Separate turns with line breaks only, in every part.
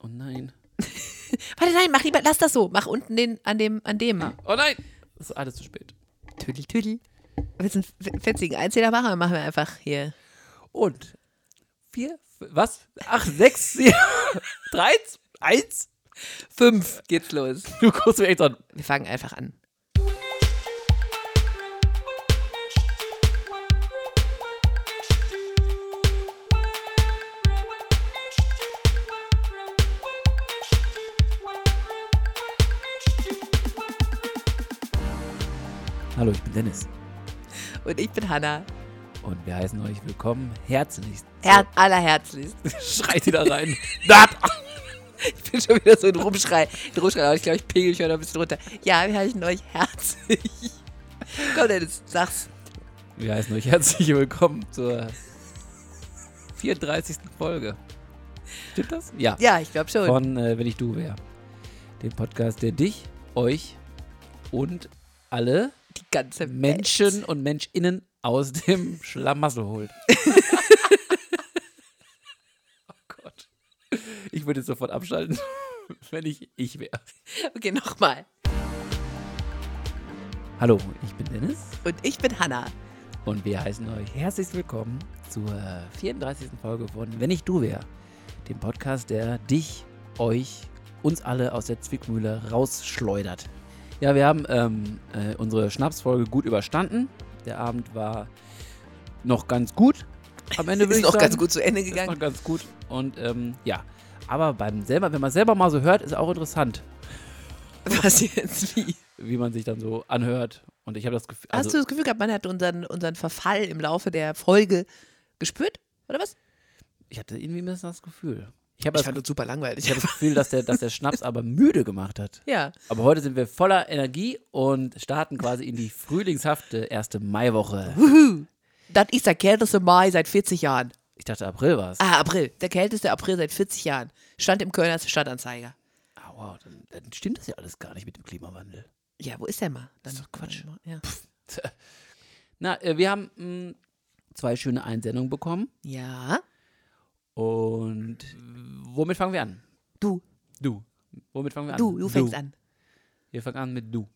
Oh nein.
Warte, nein, mach lieber, lass das so. Mach unten den an dem, an dem.
Oh nein! Das ist alles zu spät.
Tüdel, tüdel. Willst du einen f- fetzigen Einzähler machen? Dann machen wir einfach hier.
Und vier, f- was? Ach, sechs, vier, drei, z- eins, fünf.
Geht's los.
Du guckst mir echt an.
Wir fangen einfach an.
Hallo, ich bin Dennis.
Und ich bin Hanna.
Und wir heißen euch willkommen. Herzlich.
Her allerherzlichst.
Schreit sie da rein. Da-
Ich bin schon wieder so ein Rumschrei. Ein Rumschrei, aber ich glaube, ich pegel mich heute ein bisschen runter. Ja, wir heißen euch herzlich. Komm, Dennis, sag's.
wir heißen euch herzlich willkommen zur 34. Folge. Stimmt das? Ja.
Ja, ich glaube schon.
Von äh, Wenn ich du wär. Dem Podcast, der dich, euch und alle
Die ganze
Menschen und MenschInnen aus dem Schlamassel holt. oh Gott. Ich würde jetzt sofort abschalten, wenn ich ich wäre.
Welt. Okay, nochmal.
Hallo, ich bin Dennis
Und ich bin Hanna.
und wir heißen euch herzlich willkommen zur 34. Folge von Wenn ich du wär, dem Podcast, der dich, euch, uns alle aus der Zwickmühle rausschleudert. Ja, wir haben ähm, äh, unsere Schnapsfolge gut überstanden. Der Abend war noch ganz gut. Am Ende würde
Ist
ich
noch
sagen.
ganz gut zu Ende
Ist
gegangen.
noch ganz gut. Und ähm, ja, aber beim selber, wenn man selber mal so hört, ist auch interessant,
Was jetzt wie?
wie man sich dann so anhört. Und ich habe das Gefühl,
Hast du
also,
das Gefühl gehabt, man hat unseren, unseren Verfall im Laufe der Folge gespürt? Oder was?
ich hatte irgendwie ein bisschen das Gefühl. Ich habe
Ich
das,
fand
Gefühl-
das super langweilig.
ich habe das Gefühl, dass der, dass der Schnaps aber müde gemacht hat.
Ja.
Aber heute sind wir voller Energie und starten quasi in die frühlingshafte erste Maiwoche.
Wuhu. Das ist der kälteste Mai seit 40 Jahren.
Ich dachte, April war es.
Ah, April. Der kälteste April seit 40 Jahren. Stand im Kölner Stadtanzeiger.
Ah, wow, dann, dann stimmt das ja alles gar nicht mit dem Klimawandel.
Ja, wo ist der mal? Das ist doch
Quatsch.
Ja.
Na, äh, wir haben mh, zwei schöne Einsendungen bekommen.
ja.
Und womit fangen wir an?
Du,
Du. Womit fangen wir an?
du, du fängst an.
Wir fangen an mit du.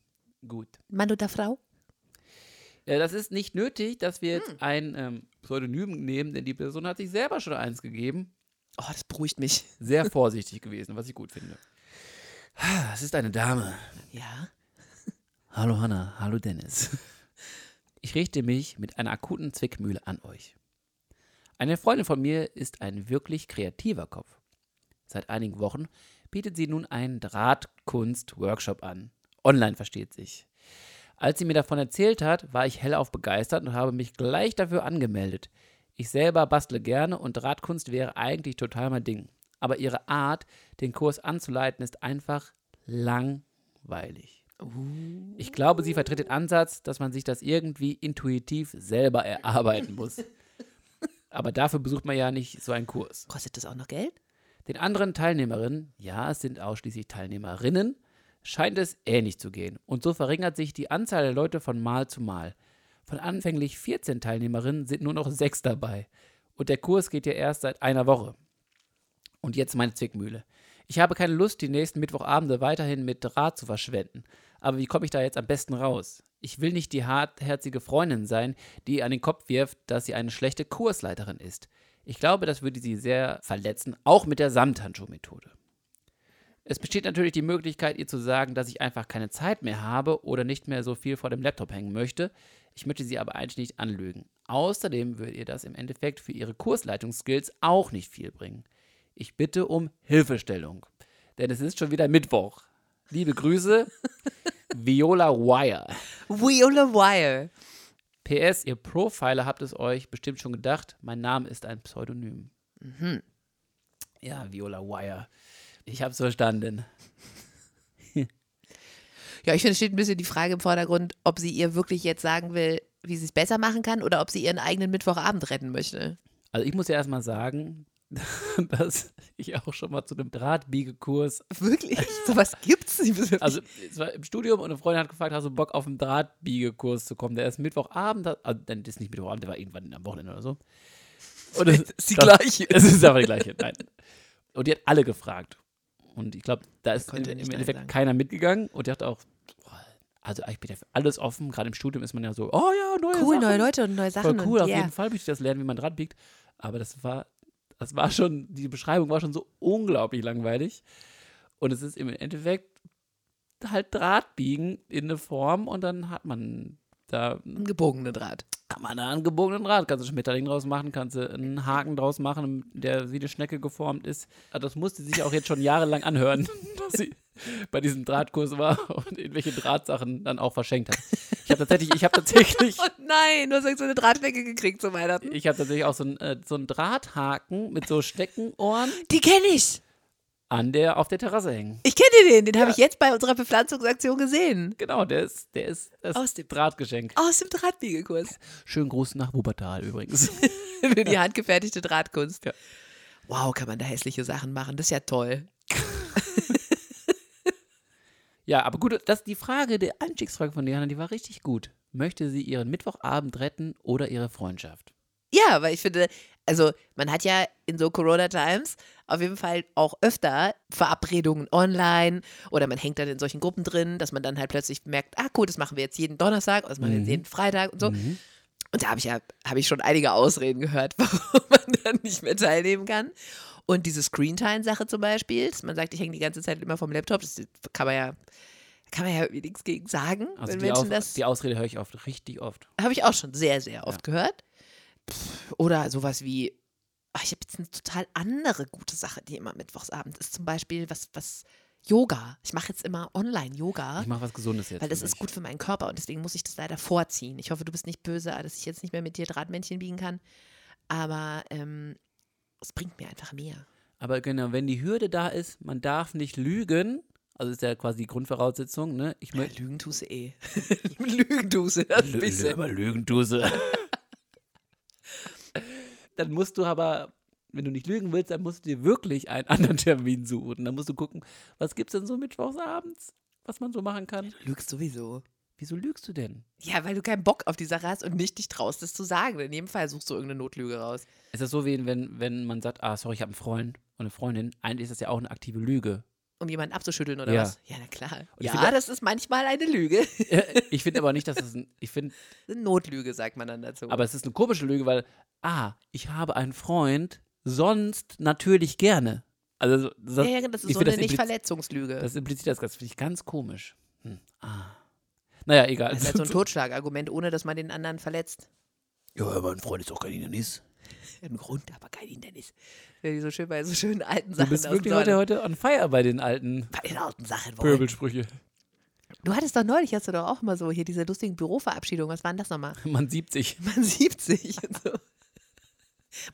Gut.
Mann oder Frau?
Äh, das ist nicht nötig, dass wir
Hm.
jetzt ein ähm, Pseudonym nehmen, denn die Person hat sich selber schon eins gegeben.
Oh, das beruhigt mich.
Sehr vorsichtig gewesen, was ich gut finde. Ah, Es ist eine Dame.
Ja.
Hallo Hanna, hallo Dennis. Ich richte mich mit einer akuten Zwickmühle an euch. Eine Freundin von mir ist ein wirklich kreativer Kopf. Seit einigen Wochen bietet sie nun einen Drahtkunst-Workshop an. Online versteht sich. Als sie mir davon erzählt hat, war ich hellauf begeistert und habe mich gleich dafür angemeldet. Ich selber bastle gerne und Drahtkunst wäre eigentlich total mein Ding. Aber ihre Art, den Kurs anzuleiten, ist einfach langweilig. Ich glaube, sie vertritt den Ansatz, dass man sich das irgendwie intuitiv selber erarbeiten muss. Aber dafür besucht man ja nicht so einen Kurs.
Kostet das auch noch Geld?
Den anderen Teilnehmerinnen, ja, es sind ausschließlich Teilnehmerinnen, scheint es ähnlich zu gehen. Und so verringert sich die Anzahl der Leute von Mal zu Mal. Von anfänglich 14 Teilnehmerinnen sind nur noch sechs dabei. Und der Kurs geht ja erst seit einer Woche. Und jetzt meine Zwickmühle. Ich habe keine Lust, die nächsten Mittwochabende weiterhin mit Draht zu verschwenden. Aber wie komme ich da jetzt am besten raus? Ich will nicht die hartherzige Freundin sein, die ihr an den Kopf wirft, dass sie eine schlechte Kursleiterin ist. Ich glaube, das würde sie sehr verletzen, auch mit der Samthandschuh-Methode. Es besteht natürlich die Möglichkeit, ihr zu sagen, dass ich einfach keine Zeit mehr habe oder nicht mehr so viel vor dem Laptop hängen möchte. Ich möchte sie aber eigentlich nicht anlügen. Außerdem würde ihr das im Endeffekt für ihre Kursleitungsskills auch nicht viel bringen. Ich bitte um Hilfestellung, denn es ist schon wieder Mittwoch. Liebe Grüße, Viola Wire.
We on the wire.
PS, ihr Profiler habt es euch bestimmt schon gedacht, mein Name ist ein Pseudonym. Ja, Viola Wire. Ich hab's verstanden.
Ja, Genau, ich finde, es steht ein bisschen die Frage im Vordergrund, ob sie ihr wirklich jetzt sagen will, wie sie es besser machen kann oder ob sie ihren eigenen Mittwochabend retten möchte.
Also ich muss ja erstmal sagen, dass ich auch schon mal zu einem Drahtbiegekurs,
Wirklich? Sowas gibt's? Ich bin-
also es war im Studium und eine Freundin hat gefragt, hast du Bock auf einen Drahtbiegekurs zu kommen? Der ist Mittwochabend, also dann ist nicht Mittwochabend, der war irgendwann am Wochenende oder so. Und das,
ist die
das-
gleiche.
Es ist aber die gleiche, nein. Und die hat alle gefragt. Und ich glaube, da ist in,
konnte
im
nicht
Endeffekt
Nein sagen.
keiner mitgegangen und dachte auch, boah, also ich bin ja für alles offen. Gerade im Studium ist man ja so, oh ja, neue
Cool,
Sachen.
neue Leute und neue Sachen.
Voll cool,
und
auf
yeah.
jeden Fall möchte ich das lernen, wie man dran biegt. Aber das war, das war schon, die Beschreibung war schon so unglaublich langweilig. Und es ist im Endeffekt halt Drahtbiegen in eine Form und dann hat man da,
Ein gebogene Draht.
kann man da einen gebogenen Draht, kannst du einen Schmetterling draus machen, kannst du einen Haken draus machen, der wie eine Schnecke geformt ist. Also das musste sich auch jetzt schon jahrelang anhören, dass sie bei diesem Drahtkurs war und irgendwelche Drahtsachen dann auch verschenkt hat. Ich habe tatsächlich, ich habe tatsächlich
Oh nein, du hast so eine Drahtwecke gekriegt zu Weihnachten.
Ich habe tatsächlich auch so einen, äh, so einen Drahthaken mit so Steckenohren
Die kenne ich.
an der, auf der Terrasse hängen.
Ich kenne den. Den habe ich jetzt bei unserer Bepflanzungsaktion gesehen.
Genau, der ist, der ist das
Aus dem-
Drahtgeschenk.
Aus dem Drahtbiegekurs.
Schönen Gruß nach Wuppertal übrigens.
Für die handgefertigte Drahtkunst.
Ja.
Wow, kann man da hässliche Sachen machen. Das ist ja toll.
ja, aber gut, das, die Frage, die Einstiegsfrage von Diana, die war richtig gut. Möchte sie ihren Mittwochabend retten oder ihre Freundschaft?
Ja, weil ich finde, also man hat ja in so Corona-Times auf jeden Fall auch öfter Verabredungen online oder man hängt dann in solchen Gruppen drin, dass man dann halt plötzlich merkt, ah cool, das machen wir jetzt jeden Donnerstag oder das machen wir jetzt
Mhm.
jeden Freitag und so. Und da habe ich ja, habe ich schon einige Ausreden gehört, warum man dann nicht mehr teilnehmen kann. Und diese Screentime-Sache zum Beispiel, dass man sagt, ich hänge die ganze Zeit immer vom Laptop, das kann man ja, kann man ja irgendwie nichts gegen sagen,
Also
wenn
die,
Menschen
Aus-
das
die Ausrede höre ich oft, richtig oft.
habe ich auch schon sehr, sehr oft gehört. Pff, Oder sowas wie, ach, ich habe jetzt eine total andere gute Sache, die immer mittwochsabend ist. Zum Beispiel was, was Yoga. Ich mache jetzt immer Online-Yoga,
Ich mache was Gesundes jetzt.
weil das
für
ist
mich.
gut für meinen Körper und deswegen muss ich das leider vorziehen. Ich hoffe, du bist nicht böse, dass ich jetzt nicht mehr mit dir Drahtmännchen biegen kann. Aber ähm, es bringt mir einfach mehr.
Aber genau, wenn die Hürde da ist, man darf nicht lügen. Also ist ja quasi die Grundvoraussetzung, ne? Ich möchte.
Lügen tust du eh. Lügen tust du. Das
Lü-
bisschen.
Immer Lügenduse. dann musst du aber, wenn du nicht lügen willst, dann musst du dir wirklich einen anderen Termin suchen. Dann musst du gucken, was gibt's denn so mittwochsabends, was man so machen kann.
Lügst sowieso.
Wieso lügst du denn?
Ja, weil du keinen Bock auf die Sache hast und nicht dich traust, das zu sagen. In jedem Fall suchst du irgendeine Notlüge raus.
Ist das so wie wenn, wenn man sagt, ah, sorry, ich habe einen Freund und eine Freundin. Eigentlich ist das ja auch eine aktive Lüge.
Um jemanden abzuschütteln oder
Ja.
was? Ja, na klar.
ich
ja,
finde-
das ist manchmal eine Lüge.
ich finde aber nicht, dass es ein, ich finde,
Eine Notlüge, sagt man dann dazu.
aber es ist eine komische Lüge, weil, ah, ich habe einen Freund, sonst natürlich gerne. Also das,
ja, ja, das ist
ich
so
find das
eine
impliz-
Nicht-Verletzungslüge. Das
Das impliziert das Ganze. Finde ich ganz komisch. Hm. Ah. Naja, egal.
ist halt so ein Totschlagargument, ohne dass man den anderen verletzt.
ja, aber ein Freund ist auch kein Hindernis.
Im Grund, aber kein Hindernis. Ja, die so schön bei so schönen alten
Du
Sachen.
bist
aus
wirklich
dem
heute,
Norden.
heute on fire bei den alten
Bei den alten Sachen. Boy.
Pöbelsprüche.
Du hattest doch neulich, hast du doch auch mal so hier diese lustigen Büroverabschiedungen. Was waren das nochmal?
Man sieht sich.
Man sieht sich und so.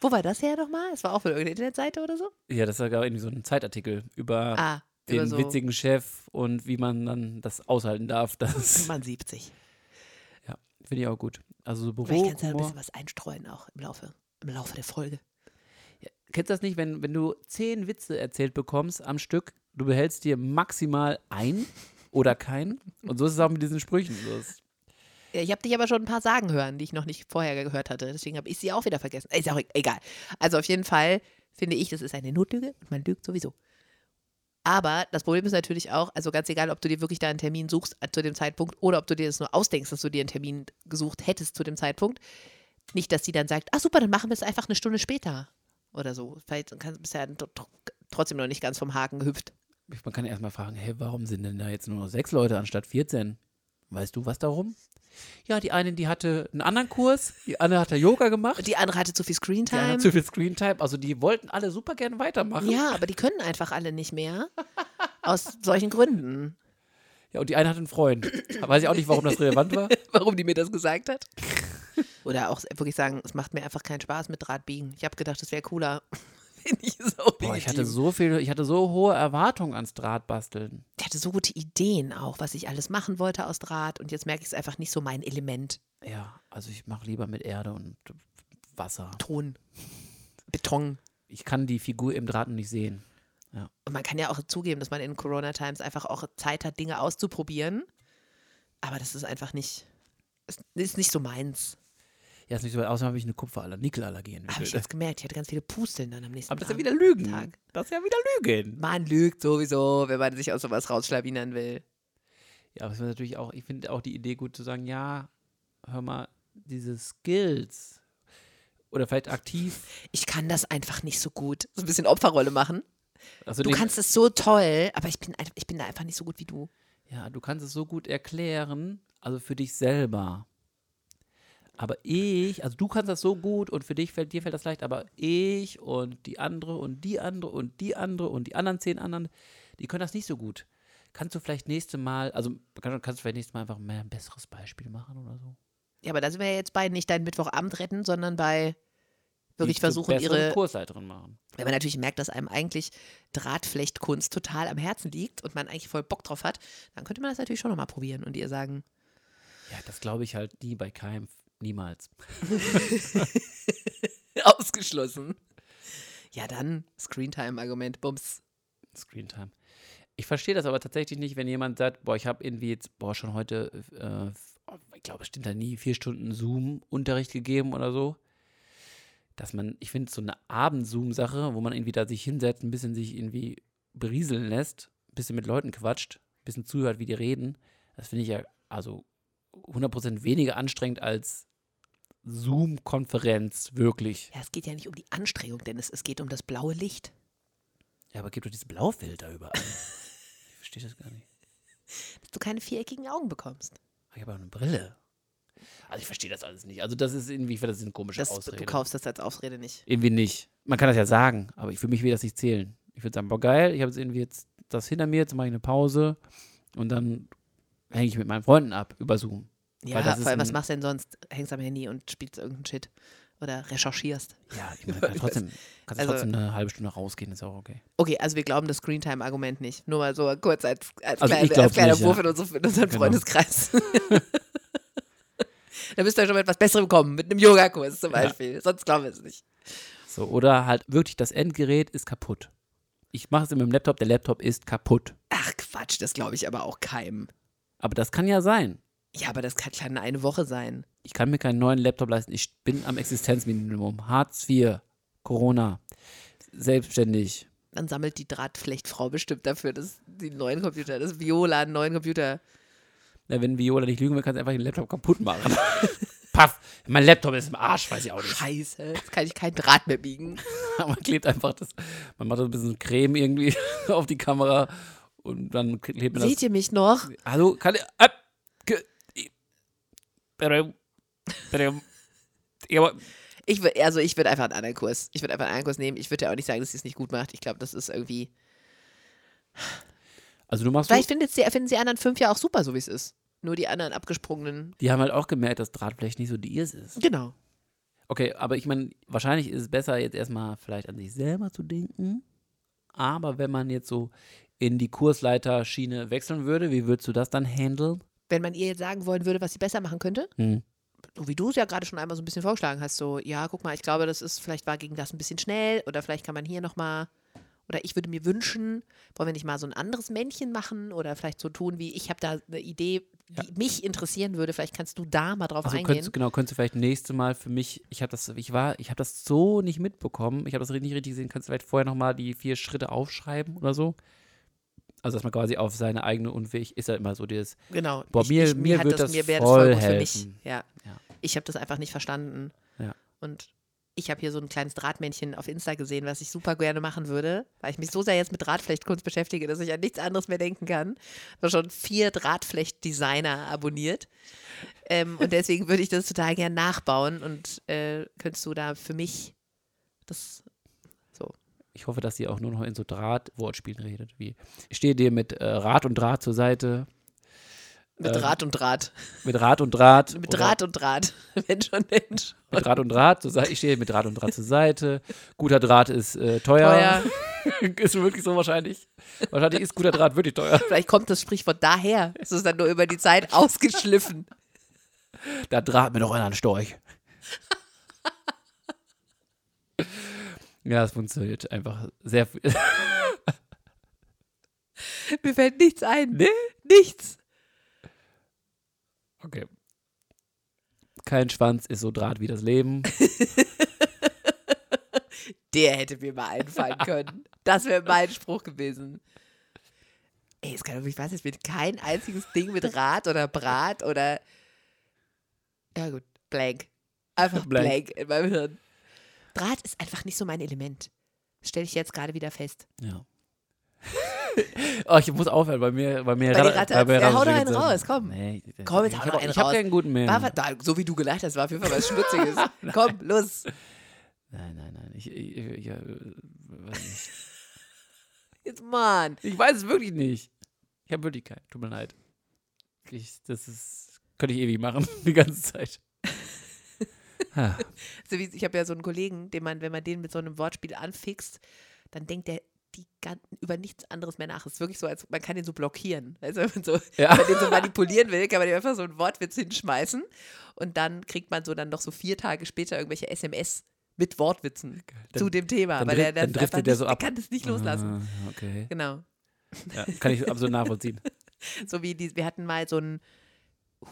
Wo war das her nochmal? Es war auch von irgendeiner Internetseite oder so?
Ja, das war, glaube ich, irgendwie so ein Zeitartikel über
Ah,
den
über so
witzigen Chef und wie man dann das aushalten darf. Das
Man 70.
finde ich auch gut. Also so Büro.
Vielleicht kannst du da halt ein
Humor.
bisschen was einstreuen auch im Laufe, im Laufe der Folge.
Kennst du das nicht, wenn, wenn du zehn Witze erzählt bekommst am Stück, du behältst dir maximal ein oder keinen? Und so ist es auch mit diesen Sprüchen. So ist,
Ja, Ich habe dich aber schon ein paar Sagen hören, die ich noch nicht vorher gehört hatte. Deswegen habe ich sie auch wieder vergessen. Ist auch e- egal. Also auf jeden Fall finde ich, das ist eine Notlüge und man lügt sowieso. Aber das Problem ist natürlich auch, also ganz egal, ob du dir wirklich da einen Termin suchst äh, zu dem Zeitpunkt oder ob du dir das nur ausdenkst, dass du dir einen Termin gesucht hättest zu dem Zeitpunkt. Nicht, dass die dann sagt, ach super, dann machen wir es einfach eine Stunde später oder so. Vielleicht kannst, bist du ja tr- tr- trotzdem noch nicht ganz vom Haken gehüpft.
Man kann erstmal fragen, hey, warum sind denn da jetzt nur noch sechs Leute anstatt 14? Weißt du was darum? Ja, die eine, die hatte einen anderen Kurs, die andere hat da Yoga gemacht,
Die andere hatte zu viel
die andere
Screentime.
hat zu viel Screentime, also die wollten alle super gerne weitermachen.
Ja, aber die können einfach alle nicht mehr. Aus solchen Gründen.
Ja, und die eine hat einen Freund. Weiß ich auch nicht, warum das relevant war.
Warum die mir das gesagt hat? Oder auch äh, wirklich sagen, es macht mir einfach keinen Spaß mit Drahtbiegen. Ich habe gedacht, das wäre cooler. Finde ich es auch
Boah, ich
legitim.
hatte so viele, ich hatte so hohe Erwartungen ans Drahtbasteln.
ich hatte so gute Ideen auch, was ich alles machen wollte aus Draht. Und jetzt merke ich es einfach nicht so mein Element.
Ja, also ich mache lieber mit Erde und Wasser.
Ton, Beton.
Ich kann die Figur im Draht noch nicht sehen.
Und man kann ja auch zugeben, dass man in Corona-Times einfach auch Zeit hat, Dinge auszuprobieren. Aber das ist einfach nicht, es ist nicht so meins.
jetzt nicht so weit aus, habe ich eine Kupferallergie, Nickelallergie
Habe ich
entwickelt.
jetzt gemerkt, ich hatte ganz viele Pusteln dann am nächsten
Aber das ist ja
Tag.
wieder Lügen.
Tag.
Das ist ja wieder Lügen.
Man lügt sowieso, wenn man sich aus sowas rausschlawinern will.
Ja, aber es ist natürlich auch, ich finde auch die Idee gut zu sagen, ja, hör mal, diese Skills oder vielleicht aktiv.
Ich kann das einfach nicht so gut. So ein bisschen Opferrolle machen.
Also
Du
den-
kannst es so toll, aber ich bin, ein- ich bin da einfach nicht so gut wie du.
Ja, du kannst es so gut erklären, also für dich selber. Aber ich, also du kannst das so gut und für dich fällt, dir fällt das leicht, aber ich und die andere und die andere und die andere und die anderen zehn anderen, die können das nicht so gut. Kannst du vielleicht nächste Mal, also kann, kannst du vielleicht nächstes Mal einfach mehr ein besseres Beispiel machen oder so?
Ja, aber da sind wir ja jetzt bei nicht deinen Mittwochabend retten, sondern bei
Die
wirklich
zu
versuchen,
besseren
ihre.
Kursleiterin machen.
Wenn man natürlich merkt, dass einem eigentlich Drahtflechtkunst total am Herzen liegt und man eigentlich voll Bock drauf hat, dann könnte man das natürlich schon nochmal probieren und ihr sagen,
Ja, das glaube ich halt nie bei keinem, niemals.
ausgeschlossen. Ja, dann Screentime-Argument, Bums.
Screentime. Ich verstehe das aber tatsächlich nicht, wenn jemand sagt, boah, ich habe irgendwie jetzt, boah, schon heute, äh, f- ich glaube, es stimmt da nie, vier Stunden Zoom-Unterricht gegeben oder so. Dass man, ich finde, so eine Abend-Zoom-Sache, wo man irgendwie da sich hinsetzt, ein bisschen sich irgendwie berieseln lässt, ein bisschen mit Leuten quatscht, ein bisschen zuhört, wie die reden, das finde ich ja, also 100% weniger anstrengend als Zoom-Konferenz, wirklich.
Ja, es geht ja nicht um die Anstrengung, Dennis, es geht um das blaue Licht.
Ja, aber gibt doch diese Blaufilter überall. ich verstehe das gar nicht.
Dass du keine viereckigen Augen bekommst.
Ich habe auch eine Brille. Also ich verstehe das alles nicht. Also das ist irgendwie, ich finde, das sind komische
Das,
Ausreden.
du kaufst das als Ausrede nicht.
irgendwie nicht. Man kann das ja sagen, aber ich, für mich will das nicht zählen. Ich würde sagen, boah geil, ich habe jetzt irgendwie jetzt das hinter mir, jetzt mache ich eine Pause und dann hänge ich mit meinen Freunden ab über Zoom.
Ja,
Weil das ist
vor allem, was
ein-
machst du denn sonst? Hängst am Handy und spielst irgendeinen Shit. Oder recherchierst.
Ja, ich meine, kannst trotzdem, kannst
Also-
trotzdem eine halbe Stunde rausgehen, ist auch okay.
Okay, also wir glauben das Screentime-Argument nicht. Nur mal so kurz als, als,
Also ich
kleine,
glaub's
als kleiner
nicht, ja.
Wurf in, unsere, in unseren
Genau.
Freundeskreis. da müsst ihr schon mal etwas Besserem kommen, mit einem Yogakurs zum
Ja.
Beispiel. Sonst glauben wir es nicht.
So, oder halt wirklich, das Endgerät ist kaputt. Ich mache es mit dem Laptop, der Laptop ist kaputt.
Ach Quatsch, das glaube ich aber auch keinem.
Aber das kann ja sein.
Ja, aber das kann kleine eine Woche sein.
Ich kann mir keinen neuen Laptop leisten. Ich bin am Existenzminimum. Hartz IV, Corona, selbstständig.
Dann sammelt die Drahtflechtfrau bestimmt dafür, dass die neuen Computer, dass Viola einen neuen Computer.
Na, wenn Viola nicht lügen will, kannst du einfach den Laptop kaputt machen. Paff, mein Laptop ist im Arsch, weiß ich auch nicht.
Scheiße, jetzt kann ich keinen Draht mehr biegen.
Man klebt einfach das, man macht so ein bisschen Creme irgendwie auf die Kamera und dann klebt man
Seht ihr mich noch?
das. Hallo, kann ich. Ab, ge, i- badum, badum. Ja, aber-
Ich würde, also ich würde einfach einen anderen Kurs. Ich würde einfach einen anderen Kurs nehmen. Ich würde ja auch nicht sagen, dass sie es nicht gut macht. Ich glaube, das ist irgendwie.
Also du machst so,
Vielleicht findet sie, finden sie anderen fünf ja auch super, so wie es ist. Nur die anderen abgesprungenen.
Die haben halt auch gemerkt, dass Drahtfleisch nicht so die ihrs ist.
Genau.
Okay, aber ich meine, wahrscheinlich ist es besser, jetzt erstmal vielleicht an sich selber zu denken. Aber wenn man jetzt so in die Kursleiterschiene wechseln würde, wie würdest du das dann handeln?
Wenn man ihr jetzt sagen wollen würde, was sie besser machen könnte,
Hm.
so wie du es ja gerade schon einmal so ein bisschen vorgeschlagen hast, so, ja, guck mal, ich glaube, das ist, vielleicht war gegen das ein bisschen schnell oder vielleicht kann man hier nochmal, oder ich würde mir wünschen, wollen wir nicht mal so ein anderes Männchen machen oder vielleicht so tun, wie ich habe da eine Idee, die mich interessieren würde, vielleicht kannst du da mal drauf
Also
eingehen.
könntest, genau, könntest du vielleicht nächstes Mal für mich, ich habe das, ich war, ich habe das so nicht mitbekommen, ich habe das nicht richtig gesehen, kannst du vielleicht vorher nochmal die vier Schritte aufschreiben oder so? Also dass man quasi auf seine eigene Unweg, ist ja immer so dieses,
Genau.
Boah, mir- mir wird das voll helfen.
Ja.
Ja.
Ich habe das einfach nicht verstanden.
Ja.
Und ich habe hier so ein kleines Drahtmännchen auf Insta gesehen, was ich super gerne machen würde, weil ich mich so sehr jetzt mit Drahtflechtkunst beschäftige, dass ich an nichts anderes mehr denken kann. Ich habe schon vier Drahtflecht-Designer abonniert. Ähm, und deswegen würde ich das total gern nachbauen. Und äh, könntest du da für mich das
ich hoffe, dass sie auch nur noch in so Draht-Wortspielen redet, wie, ich stehe dir mit äh, Rat und Draht zur Seite,
mit
Ähm,
Draht und Draht,
mit Rat und Draht.
mit
oder-
Draht und Draht, Mensch und Mensch.
mit Draht und Draht, zur Seite, ich stehe mit Draht und Draht zur Seite. Guter Draht ist äh, teuer.
Teuer.
ist wirklich so wahrscheinlich. Wahrscheinlich ist guter Draht wirklich teuer.
Vielleicht kommt das Sprichwort daher. Es ist dann nur über die Zeit ausgeschliffen.
Da draht mir doch einer einen Storch. ja, es funktioniert einfach sehr viel.
Mir fällt nichts ein.
Nee?
Nichts.
Okay. Kein Schwanz ist so draht wie das Leben.
Der hätte mir mal einfallen können. Das wäre mein Spruch gewesen. Ey, es kann doch nicht wahr sein, es wird kein einziges Ding mit Rad oder Brat oder. Ja, gut, blank. Einfach blank,
Blank.
in meinem Hirn. Draht ist einfach nicht so mein Element. Das stelle ich jetzt gerade wieder fest.
Ja. oh, ich muss aufhören, bei mir, bei mir
Bei dir
ra-
rattert-
mir
Ja,
rattert
hau doch
schon
einen
jetzt-
raus, komm.
Nee, ich-
Komm, jetzt
ich
hau
hab-
doch einen
Ich habe
raus.
keinen guten mehr.
War, was- da, so wie du gelacht hast, war auf jeden Fall was Schmutziges. Komm, los.
Nein, nein, nein. Ich, ich, ich, ich, äh, weiß nicht.
Jetzt, Mann.
ich weiß es wirklich nicht. Ich habe wirklich keinen. Tut mir leid. Ich, das ist, könnte ich ewig machen, die ganze Zeit. Ha.
So wie, ich habe ja so einen Kollegen, den man, wenn man den mit so einem Wortspiel anfixt, dann denkt der die gan- über nichts anderes mehr nach. Es ist wirklich so, als man kann den so blockieren. Also wenn man so,
Ja.
wenn man den so manipulieren will, kann man ihm einfach so einen Wortwitz hinschmeißen und dann kriegt man so dann noch so vier Tage später irgendwelche SMS mit Wortwitzen
Dann-
zu dem Thema.
dann
weil
drift-
der,
dann driftet
einfach
der
nicht,
so ab.
Der kann das nicht loslassen.
Ah, okay.
Genau.
Ja, kann ich absolut nachvollziehen.
So wie die, wir hatten mal so einen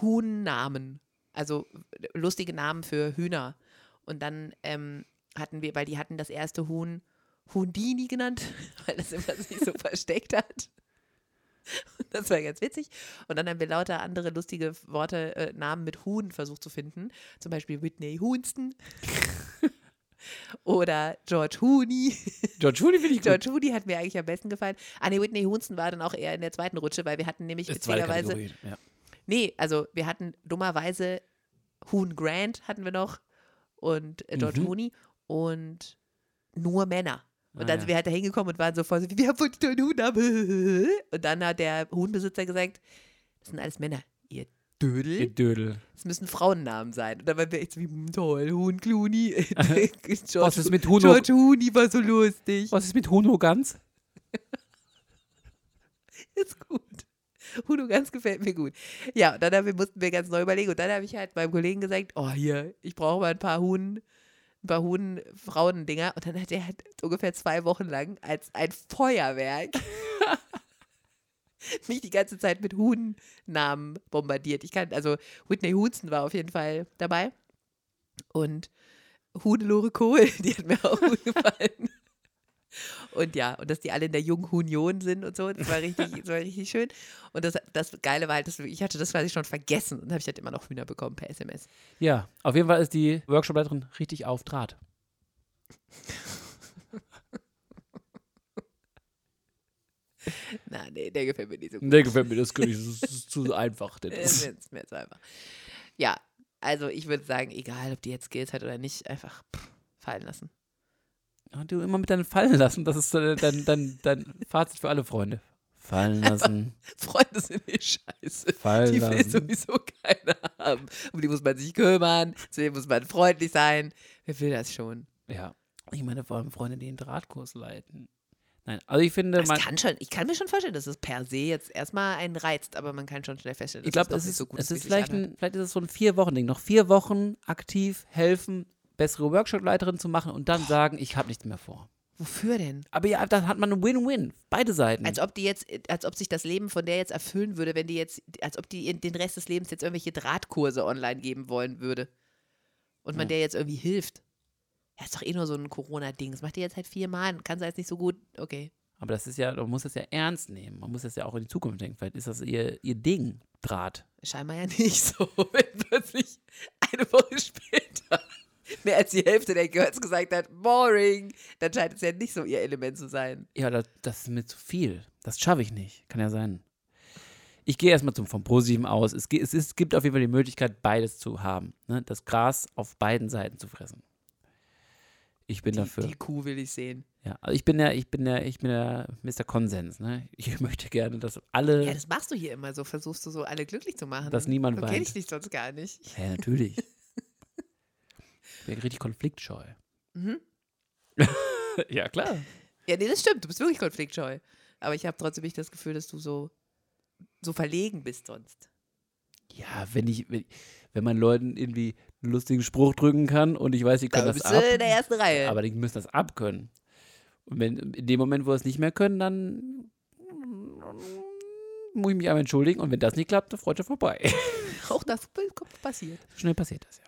Huhnnamen, also lustige Namen für Hühner. Und dann ähm, hatten wir, weil die hatten das erste Huhn Hundini genannt, weil das immer sich so versteckt hat. Und Das war ganz witzig. Und dann haben wir lauter andere lustige Worte, äh, Namen mit Huhn versucht zu finden. Zum Beispiel Whitney Houston oder George Hooney.
George Clooney finde ich gut.
George Hooney hat mir eigentlich am besten gefallen. Ah nee, Whitney Houston war dann auch eher in der zweiten Rutsche, weil wir hatten nämlich
Ist zweite
witzigerweise
Kategorie, ja.
Nee, also wir hatten dummerweise Hoon Grant hatten wir noch und äh, George
Mhm.
Hooney und nur Männer. Und
Ah,
dann
ja.
sind wir halt da hingekommen und waren so voll so, wir haben wohl den Huhn haben. Und dann hat der Huhnbesitzer gesagt, das sind alles Männer, ihr Dödel.
Ihr Dödel.
Es müssen Frauennamen sein. Und dann waren wir echt so wie, hm, toll, Huhn Clooney.
Was ist
George,
mit Huno?
George Hooney war so lustig.
Was ist mit Huno Gans?
ist gut. Udo ganz gefällt mir gut. Ja, und dann haben wir, mussten wir ganz neu überlegen. Und dann habe ich halt meinem Kollegen gesagt, oh hier, ich brauche mal ein paar Huhn, ein paar Huhn-Frauen-Dinger. Und dann hat er halt ungefähr zwei Wochen lang als ein Feuerwerk mich die ganze Zeit mit Huhn-Namen bombardiert. Ich kann, also Whitney Houston war auf jeden Fall dabei. Und Hudelore Kohl, die hat mir auch gut gefallen. Und ja, und dass die alle in der jungen Union sind und so, das war richtig, das war richtig schön. Und das, das Geile war halt, dass ich hatte das quasi schon vergessen und habe ich halt immer noch Hühner bekommen per SMS.
Ja, auf jeden Fall ist die Workshopleiterin richtig auf Draht.
Na, nee, der gefällt mir nicht so gut.
Nee, gefällt mir das nicht. Das ist zu einfach.
Das ist mir jetzt einfach. Ja, also ich würde sagen, egal, ob die jetzt Skills hat oder nicht, einfach pff, fallen lassen.
du immer mit deinen Fallen lassen. Das ist äh, dein, dein, dein Fazit für alle Freunde. Fallen lassen.
Freunde sind eh scheiße.
Fallen
Die will
lassen.
sowieso keiner haben. Um die muss man sich kümmern, zu denen muss man freundlich sein. Wer will das schon?
Ja. Ich meine vor allem Freunde, die einen Drahtkurs leiten. Nein, also ich finde,
Das
man,
kann schon, ich kann mir schon vorstellen, dass es per se jetzt erstmal einen reizt, aber man kann schon schnell feststellen, dass
ich glaube,
doch
es
nicht
ist,
so gut
es
wie
ist
sich
vielleicht,
anhört.
ein, vielleicht ist es so ein Vier-Wochen-Ding. Noch vier Wochen aktiv helfen, bessere Workshopleiterin zu machen und dann sagen, ich habe nichts mehr vor.
Wofür denn?
Aber ja, dann hat man eine Win-Win. Beide Seiten.
Als ob die jetzt, als ob sich das Leben von der jetzt erfüllen würde, wenn die jetzt, als ob die in- den Rest des Lebens jetzt irgendwelche Drahtkurse online geben wollen würde. Und man
Ja.
der jetzt irgendwie hilft. Ja, ist doch eh nur so ein Corona-Ding. Das macht ihr jetzt halt viermal. Kann es jetzt nicht so gut. Okay.
Aber das ist ja, man muss das ja ernst nehmen. Man muss das ja auch in die Zukunft denken. Vielleicht ist das ihr, ihr Ding, Draht.
Scheinbar ja nicht so, wenn plötzlich eine Woche später mehr als die Hälfte der Girls gesagt hat, boring, dann scheint es ja nicht so ihr Element zu sein.
Ja, das, das ist mir zu viel. Das schaffe ich nicht. Kann ja sein. Ich gehe erstmal zum, vom Positiven aus. Es, ge- es, ist, gibt auf jeden Fall die Möglichkeit, beides zu haben. Ne? Das Gras auf beiden Seiten zu fressen. Ich bin
Die,
dafür.
die Kuh will ich sehen.
Ja, also ich bin ja, ich bin ja, ich bin ja Mr. Konsens. Ne? Ich möchte gerne, dass alle,
Ja, das machst du hier immer so, versuchst du so alle glücklich zu machen.
dass niemand
so kenne
weint.
ich dich sonst gar nicht.
Ja, natürlich. ich bin richtig konfliktscheu.
Mhm.
ja, klar.
Ja, nee, das stimmt, du bist wirklich konfliktscheu. Aber ich habe trotzdem nicht das Gefühl, dass du so, so verlegen bist sonst.
Ja, wenn ich, wenn, wenn man Leuten irgendwie einen lustigen Spruch drücken kann und ich weiß, die können
Da
das
bist du
ab,
in der ersten Reihe.
aber die müssen das abkönnen. Und wenn in dem Moment, wo sie es nicht mehr können, dann mm, muss ich mich einmal entschuldigen und wenn das nicht klappt, dann freut er vorbei.
Auch das passiert.
So schnell passiert das ja.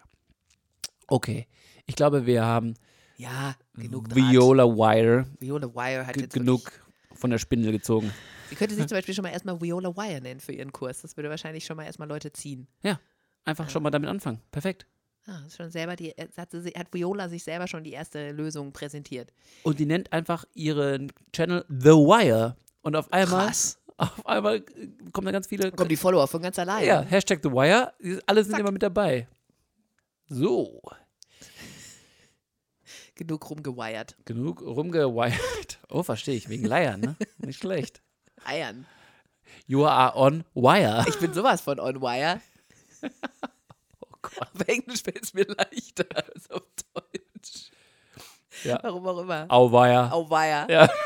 Okay, ich glaube, wir haben
Ja, genug Draht.
Viola Wire
Viola Wire hat
ge-
jetzt
genug von der Spindel gezogen.
Wirklich, sie könnte sich zum Beispiel schon mal erstmal Viola Wire nennen für ihren Kurs. Das würde wahrscheinlich schon mal erstmal Leute ziehen.
Einfach schon mal damit anfangen. Perfekt.
Ah, ist schon selber die, äh, hat, sie, hat Viola sich selber schon die erste Lösung präsentiert.
Und die nennt einfach ihren Channel The Wire. Und auf einmal,
Krass.
auf einmal äh, kommen da ganz viele.
Kommen die Follower von ganz allein.
ja, Hashtag The Wire. die- Alle sind
Zack.
immer mit dabei. So,
Genug rumgewired.
genug rumgewired. Oh, verstehe ich. Wegen Leiern, ne? Nicht schlecht.
Eiern.
You are on wire.
Ich bin sowas von on wire.
Oh Gott.
Auf Englisch fällt es mir leichter als auf Deutsch.
Ja.
Warum auch immer.
Au wire.
Au wire.
Ja.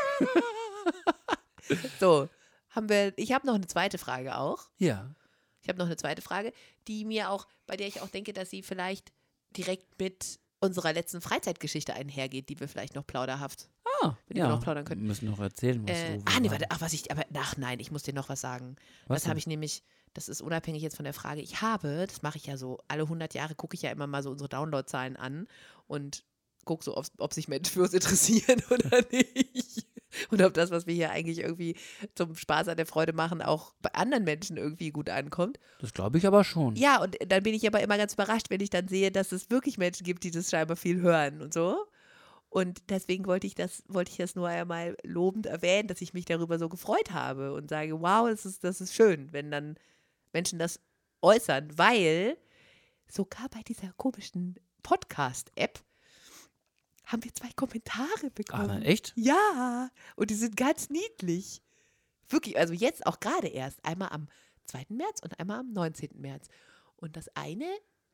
So, haben wir. Ich habe noch eine zweite Frage auch.
Ja.
Ich habe noch eine zweite Frage, die mir auch, bei der ich auch denke, dass sie vielleicht direkt mit unserer letzten Freizeitgeschichte einhergeht, die wir vielleicht noch plauderhaft.
Ah,
Wenn wir noch plaudern könnten.
Wir müssen noch erzählen, was
Äh,
so wir
ah, nee,
waren.
warte, ach, was ich, aber, ach nein, ich muss dir noch was sagen.
Was
das habe
denn?
ich nämlich, das ist unabhängig jetzt von der Frage. Ich habe, das mache ich ja so, alle 100 Jahre gucke ich ja immer mal so unsere Downloadzahlen an und gucke so, ob's- ob sich Menschen für uns interessieren oder nicht. Und ob das, was wir hier eigentlich irgendwie zum Spaß an der Freude machen, auch bei anderen Menschen irgendwie gut ankommt.
Das glaube ich aber schon.
Ja, und dann bin ich aber immer ganz überrascht, wenn ich dann sehe, dass es wirklich Menschen gibt, die das scheinbar viel hören und so. Und deswegen wollte ich das, wollte ich das nur einmal lobend erwähnen, dass ich mich darüber so gefreut habe und sage, wow, das ist, das ist schön, wenn dann Menschen das äußern, weil sogar bei dieser komischen Podcast-App haben wir zwei Kommentare
Ah,
bekommen.
nein, echt?
Ja, und die sind ganz niedlich. Wirklich, also jetzt auch gerade erst. Einmal am 2. März und einmal am 19. März. Und das eine,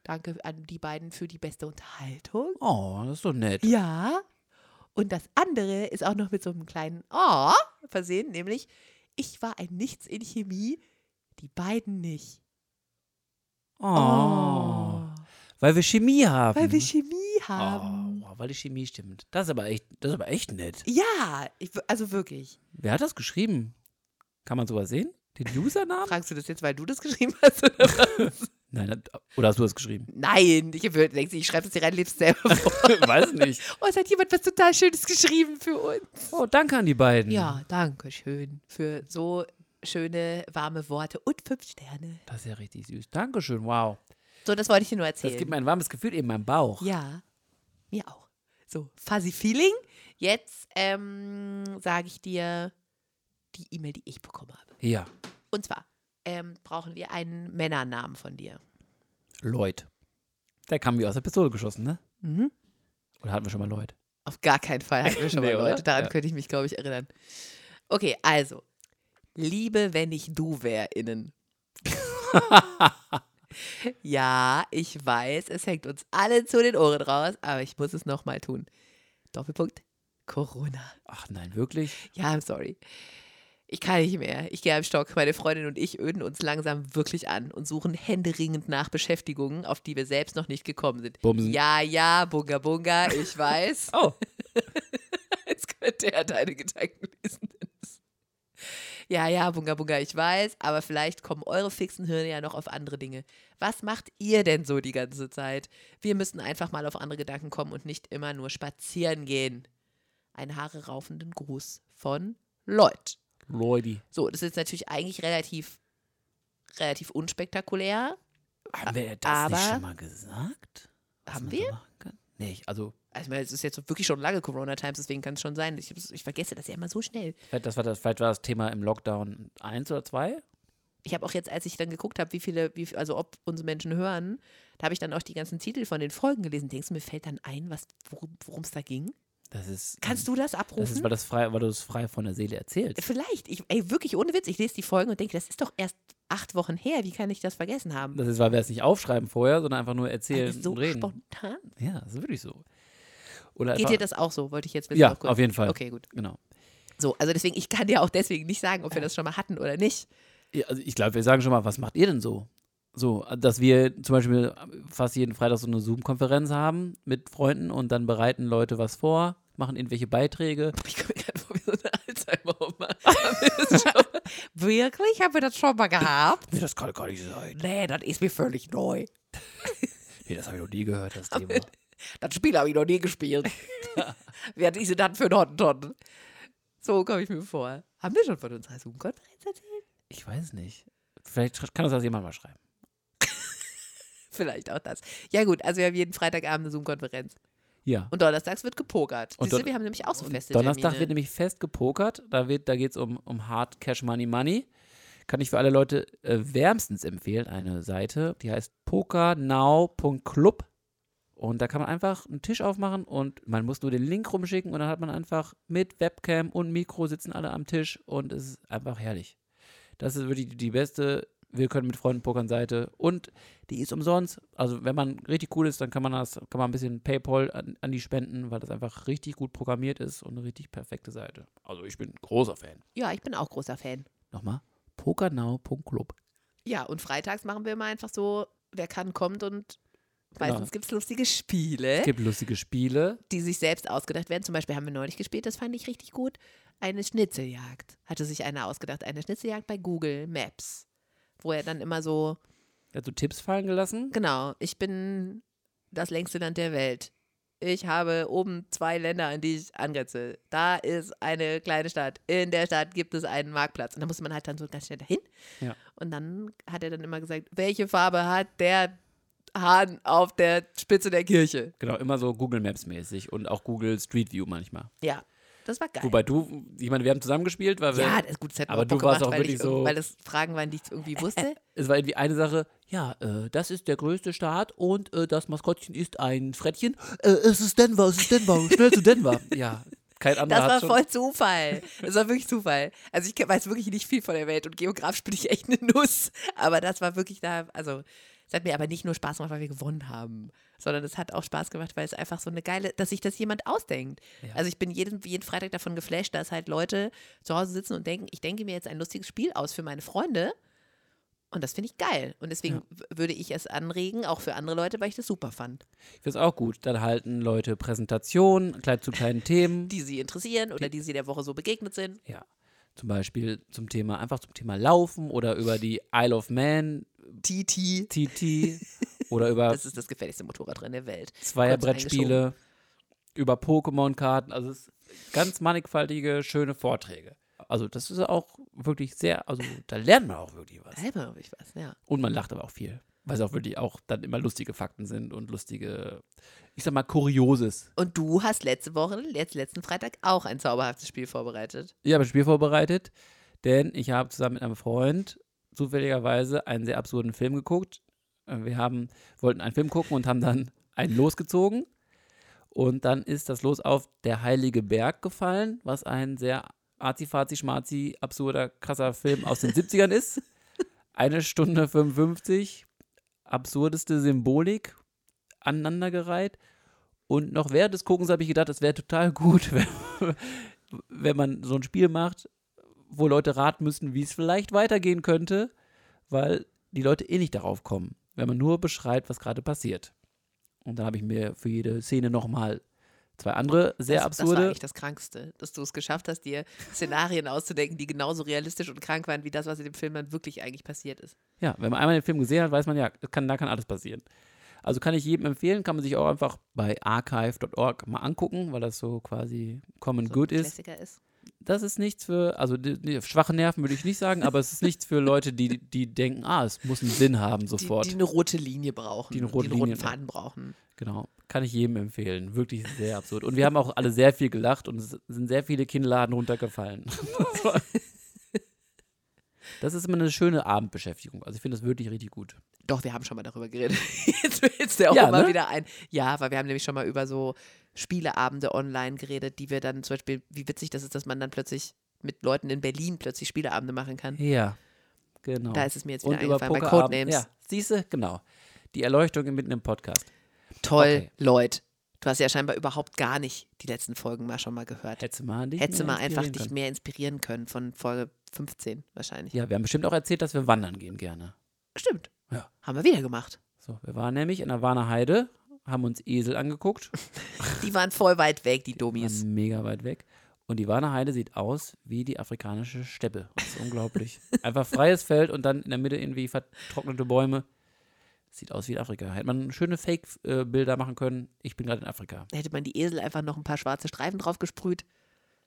danke an die beiden für die beste Unterhaltung.
Oh, das ist so nett.
Ja. Und das andere ist auch noch mit so einem kleinen Oh versehen, nämlich ich war ein Nichts in Chemie, die beiden nicht.
Oh. Weil wir Chemie haben.
Oh, Weil wir Chemie haben.
Oh, wow, weil die Chemie stimmt. Das ist aber echt, das ist aber echt nett.
Ja, ich, also wirklich.
Wer hat das geschrieben? Kann man sowas sehen? Den Usernamen?
Fragst du das jetzt, weil du das geschrieben hast? Oder
Nein, das- oder hast du das geschrieben?
Nein, ich habe denkst du, ich schreibe das dir rein, lebst selber vor.
Weiß nicht.
Oh, es hat jemand was total Schönes geschrieben für uns.
Oh, danke an die beiden.
Ja, danke schön für so schöne, warme Worte und fünf Sterne.
Das ist ja richtig süß. Dankeschön, wow.
So, das wollte ich dir nur erzählen.
Das gibt mir ein warmes Gefühl in meinem Bauch.
ja, mir auch. So, fuzzy feeling. Jetzt ähm, sage ich dir die E-Mail, die ich bekommen habe.
Ja.
Und zwar ähm, brauchen wir einen Männernamen von dir.
Lloyd. Der kam wie aus der Pistole geschossen, ne?
Mhm.
Oder hatten wir schon mal Lloyd?
Auf gar keinen Fall hatten wir schon
Nee,
mal
oder?
Leute. Daran
Ja.
könnte ich mich, glaube ich, erinnern. Okay, also. Liebe, wenn ich du wär, innen. ja, ich weiß, es hängt uns alle zu den Ohren raus, aber ich muss es nochmal tun. Doppelpunkt Corona.
Ach nein, wirklich?
Ja, I'm sorry. Ich kann nicht mehr. Ich gehe am Stock. Meine Freundin und ich öden uns langsam wirklich an und suchen händeringend nach Beschäftigungen, auf die wir selbst noch nicht gekommen sind.
Bumsen.
Ja, ja, Bunga Bunga, ich weiß.
Oh.
Jetzt könnte er deine Gedanken lesen. Ja, ja, Bunga Bunga, ich weiß, aber vielleicht kommen eure fixen Hirne ja noch auf andere Dinge. Was macht ihr denn so die ganze Zeit? Wir müssen einfach mal auf andere Gedanken kommen und nicht immer nur spazieren gehen. Ein haare raufenden Gruß von Lloyd.
Lloydi.
So, das ist natürlich eigentlich relativ, relativ unspektakulär.
Haben wir das nicht
aber-
schon mal gesagt? Was
Haben
man so
wir?
machen kann? Nee, ich- also
Also, ich meine, es ist jetzt wirklich schon lange Corona-Times, deswegen kann es schon sein. Ich, ich vergesse das ja immer so schnell.
Vielleicht, das war das, vielleicht war das Thema im Lockdown 1 oder 2.
ich habe auch jetzt, als ich dann geguckt habe, wie viele, wie, viel- also ob unsere Menschen hören, da habe ich dann auch die ganzen Titel von den Folgen gelesen. Denkst du, mir fällt dann ein, was- worum es da ging?
Das ist.
Kannst du das
das ist,
abrufen?
weil, das frei, weil du es frei von der Seele erzählst.
Vielleicht. Ich, ey, wirklich, ohne Witz, ich lese die Folgen und denke, das ist doch erst acht Wochen her. Wie kann ich das vergessen haben?
Das ist, weil wir es nicht aufschreiben vorher, sondern einfach nur
Das
erzählen
ist so
und reden.
spontan.
Ja, das ist wirklich so. Oder
Geht
einfach,
dir das auch so? Wollte ich jetzt wissen.
Ja,
noch kurz.
auf jeden Fall.
Okay, gut.
Genau.
So, also deswegen, ich kann dir auch deswegen nicht sagen, ob wir das schon mal hatten oder nicht.
Ja, also ich glaube, wir sagen schon mal, was macht ihr denn so? So, dass wir zum Beispiel fast jeden Freitag so eine Zoom-Konferenz haben mit Freunden und dann bereiten Leute was vor, machen irgendwelche Beiträge.
Ich komme mir gerade vor wie so eine Alzheimer-Oma. Haben wir das schon mal- wirklich? Haben wir das schon mal gehabt?
Nee, das kann gar nicht sein.
Nee, das ist mir völlig neu.
Nee, das habe ich noch nie gehört, das Thema.
Das Spiel habe ich noch nie gespielt. Wer hat diese dann für einen Hottentotten? So komme ich mir vor. Haben wir schon von unserer Zoom-Konferenz erzählt?
Ich weiß nicht. Vielleicht sch- kann uns das jemand mal schreiben.
Vielleicht auch das. Ja gut, also wir haben jeden Freitagabend eine Zoom-Konferenz.
Ja.
Und donnerstags wird gepokert.
Und
Siehst du,
Don-
wir haben nämlich auch so feste
Donnerstag wird
Termine.
nämlich fest gepokert. Da, wird- da geht es um, um Hard Cash Money Money. Kann ich für alle Leute äh, wärmstens empfehlen, eine Seite, die heißt pokernow.club. Und da kann man einfach einen Tisch aufmachen und man muss nur den Link rumschicken und dann hat man einfach mit Webcam und Mikro sitzen alle am Tisch und es ist einfach herrlich. Das ist wirklich die beste Wir können mit Freunden pokern Seite und die ist umsonst. Also wenn man richtig cool ist, dann kann man das, kann man ein bisschen Paypal an, an die spenden, weil das einfach richtig gut programmiert ist und eine richtig perfekte Seite. Also ich bin großer Fan.
Ja, ich bin auch großer Fan.
Nochmal, pokernow.club.
Ja, und freitags machen wir immer einfach so, wer kann, kommt und meistens gibt es lustige Spiele,
Es gibt lustige Spiele.
die sich selbst ausgedacht werden. Zum Beispiel haben wir neulich gespielt, das fand ich richtig gut, eine Schnitzeljagd. Hatte sich einer ausgedacht, eine Schnitzeljagd bei Google Maps. Wo er dann immer so,
Er hat so Tipps fallen gelassen.
genau, ich bin das längste Land der Welt. Ich habe oben zwei Länder, an die ich angrenze. Da ist eine kleine Stadt. In der Stadt gibt es einen Marktplatz. Und da musste man halt dann so ganz schnell dahin.
Ja.
Und dann hat er dann immer gesagt, welche Farbe hat der Hahn auf der Spitze der Kirche?
Genau, immer so Google Maps mäßig und auch Google Street View manchmal.
Ja, das war geil.
Wobei du, ich meine, wir haben zusammengespielt, weil wir,
ja, das, gut, das hätte mir
Ne? aber
Bock
du warst
gemacht,
auch
weil
wirklich
ich,
so- Äh,
irgend- weil das Fragen waren, die ich irgendwie wusste.
es war irgendwie eine Sache, ja, äh, das ist der größte Staat und äh, das Maskottchen ist ein Frettchen. Äh, es ist Denver, es ist Denver, schnell zu Denver. Ja, kein anderer
Das
hat
war
schon.
voll Zufall. Das war wirklich Zufall. Also ich ke- weiß wirklich nicht viel von der Welt und geografisch bin ich echt eine Nuss. Aber das war wirklich da, also es hat mir aber nicht nur Spaß gemacht, weil wir gewonnen haben, sondern es hat auch Spaß gemacht, weil es einfach so eine geile, dass sich das jemand ausdenkt.
Ja.
Also ich bin jeden, jeden Freitag davon geflasht, dass halt Leute zu Hause sitzen und denken, ich denke mir jetzt ein lustiges Spiel aus für meine Freunde. Und das finde ich geil. Und deswegen w- würde ich es anregen, auch für andere Leute, weil ich das super fand.
Ich finde es auch gut. Dann halten Leute Präsentationen klein zu kleinen Themen.
Die sie interessieren oder die sie der Woche so begegnet sind.
ja. Zum Beispiel zum Thema, einfach zum Thema Laufen oder über die Isle of Man,
TT.
TT oder über
Das ist das gefährlichste Motorradrennen der Welt.
Zweierbrettspiele, über Pokémon-Karten. Also es ist ganz mannigfaltige, schöne Vorträge. Also das ist auch wirklich sehr, also da lernt man auch wirklich was.
Selber habe ich was, ja.
Und man lacht aber auch viel. Weil es auch wirklich auch dann immer lustige Fakten sind und lustige, ich sag mal, Kurioses.
Und du hast letzte Woche, letzt, letzten Freitag auch ein zauberhaftes Spiel vorbereitet.
Ich habe ein Spiel vorbereitet, denn ich habe zusammen mit einem Freund zufälligerweise einen sehr absurden Film geguckt. Äh, Wir haben, wollten einen Film gucken und haben dann einen losgezogen. Und dann ist das Los auf der Heilige Berg gefallen, was ein sehr arzi-fazi, schmarzi, absurder, krasser Film aus den 70ern ist. Eine Stunde 55, absurdeste Symbolik aneinandergereiht. Und noch während des Guckens habe ich gedacht, es wäre total gut, wenn, wenn man so ein Spiel macht, wo Leute raten müssen, wie es vielleicht weitergehen könnte, weil die Leute eh nicht darauf kommen, wenn man nur beschreibt, was gerade passiert. Und dann habe ich mir für jede Szene nochmal zwei andere sehr
das, Das war
absurde.
eigentlich das Krankste, dass du es geschafft hast, dir Szenarien auszudenken, die genauso realistisch und krank waren, wie das, was in dem Film dann wirklich eigentlich passiert ist.
Ja, wenn man einmal den Film gesehen hat, weiß man ja, es kann, da kann alles passieren. Also kann ich jedem empfehlen, kann man sich auch einfach bei archive.org mal angucken, weil das so quasi Common
So
Good
ein
ist.
Klassiker ist.
das ist nichts für, also die, die, schwache Nerven würde ich nicht sagen, aber es ist nichts für Leute, die, die denken, ah, es muss einen Sinn haben
Die,
sofort.
die eine rote Linie brauchen.
Die eine rote
den
Linie
roten Faden brauchen.
genau. Kann ich jedem empfehlen. Wirklich sehr absurd. Und wir haben auch alle sehr viel gelacht und es sind sehr viele Kinnladen runtergefallen. Das, war, das ist immer eine schöne Abendbeschäftigung. Also ich finde das wirklich richtig gut.
Doch, wir haben schon mal darüber geredet. Jetzt willst du auch
Ja,
immer
ne?
wieder ein. Ja, weil wir haben nämlich schon mal über so Spieleabende online geredet, die wir dann zum Beispiel, wie witzig das ist, dass man dann plötzlich mit Leuten in Berlin plötzlich Spieleabende machen kann.
Ja, genau.
Da ist es mir jetzt wieder
und über
eingefallen bei
Pokerabend.
Codenames.
Ja, siehste, genau. Die Erleuchtung mitten im Podcast.
Toll,
Okay.
Leute. Du hast ja scheinbar überhaupt gar nicht die letzten Folgen mal schon mal gehört.
Hättest du mal dich
Hättest du
mehr
mal einfach
inspirieren
dich
können.
mehr inspirieren können von Folge 15 wahrscheinlich.
Ja, wir haben bestimmt auch erzählt, dass wir wandern gehen gerne.
Stimmt.
Ja.
Haben wir wieder gemacht.
So, wir waren nämlich in der Warner Heide, haben uns Esel angeguckt,
Die waren voll weit weg, die
waren
Dummies.
mega weit weg Und die Warner Heide sieht aus wie die afrikanische Steppe. Das ist unglaublich. Einfach freies Feld und dann in der Mitte irgendwie vertrocknete Bäume. Sieht aus wie Afrika. Hätte man schöne Fake-Bilder machen können. Ich bin gerade in Afrika.
Hätte man die Esel einfach noch ein paar schwarze Streifen drauf gesprüht,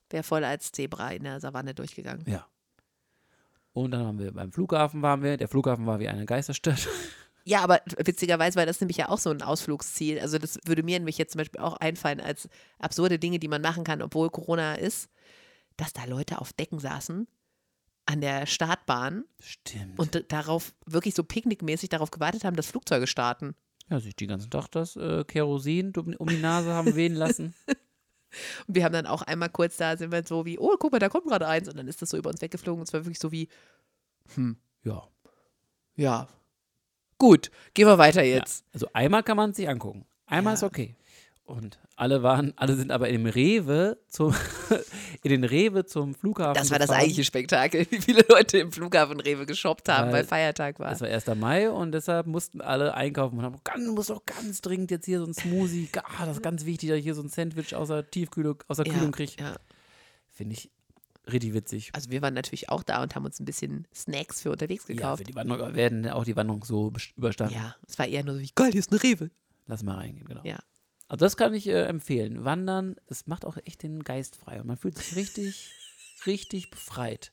wäre voll als Zebra in der Savanne durchgegangen.
Ja. Und dann haben wir beim Flughafen waren wir. Der Flughafen war wie eine Geisterstadt.
Ja, aber witzigerweise war das nämlich ja auch so ein Ausflugsziel. Also das würde mir nämlich jetzt zum Beispiel auch einfallen als absurde Dinge, die man machen kann, obwohl Corona ist, dass da Leute auf Decken saßen an der Startbahn
Stimmt.
und d- darauf wirklich so picknickmäßig darauf gewartet haben, dass Flugzeuge starten.
ja, sich die ganzen Tag das äh, Kerosin um, um die Nase haben wehen lassen.
Und wir haben dann auch einmal kurz da, sind wir so wie, oh, guck mal, da kommt gerade eins. Und dann ist das so über uns weggeflogen. Und es war wirklich so wie,
Ja.
ja, gut, gehen wir weiter
ja.
jetzt.
Also einmal kann man es sich angucken. Einmal
Ja.
ist okay. Und alle waren, alle sind aber im Rewe zum, in den Rewe zum Flughafen.
Das war das
gefahren.
eigentliche Spektakel, wie viele Leute im Flughafen Rewe geshoppt haben,
Weil-
weil, Feiertag war.
Es war 1. Mai und deshalb mussten alle einkaufen und haben ganz, muss doch ganz dringend jetzt hier so ein Smoothie. Ah, das ist ganz wichtig, dass ich hier so ein Sandwich aus der Tiefkühlung, aus der Kühlung kriege.
ja.
Finde ich richtig witzig.
Also wir waren natürlich auch da und haben uns ein bisschen Snacks für unterwegs
Ja,
gekauft.
für die Wanderung werden auch die Wanderung so best-
Ja,
überstanden.
es war eher nur so wie, geil, hier ist eine Rewe.
Lass mal reingehen, genau.
Ja.
Also das kann ich äh, empfehlen. Wandern, es macht auch echt den Geist frei und man fühlt sich richtig, richtig befreit.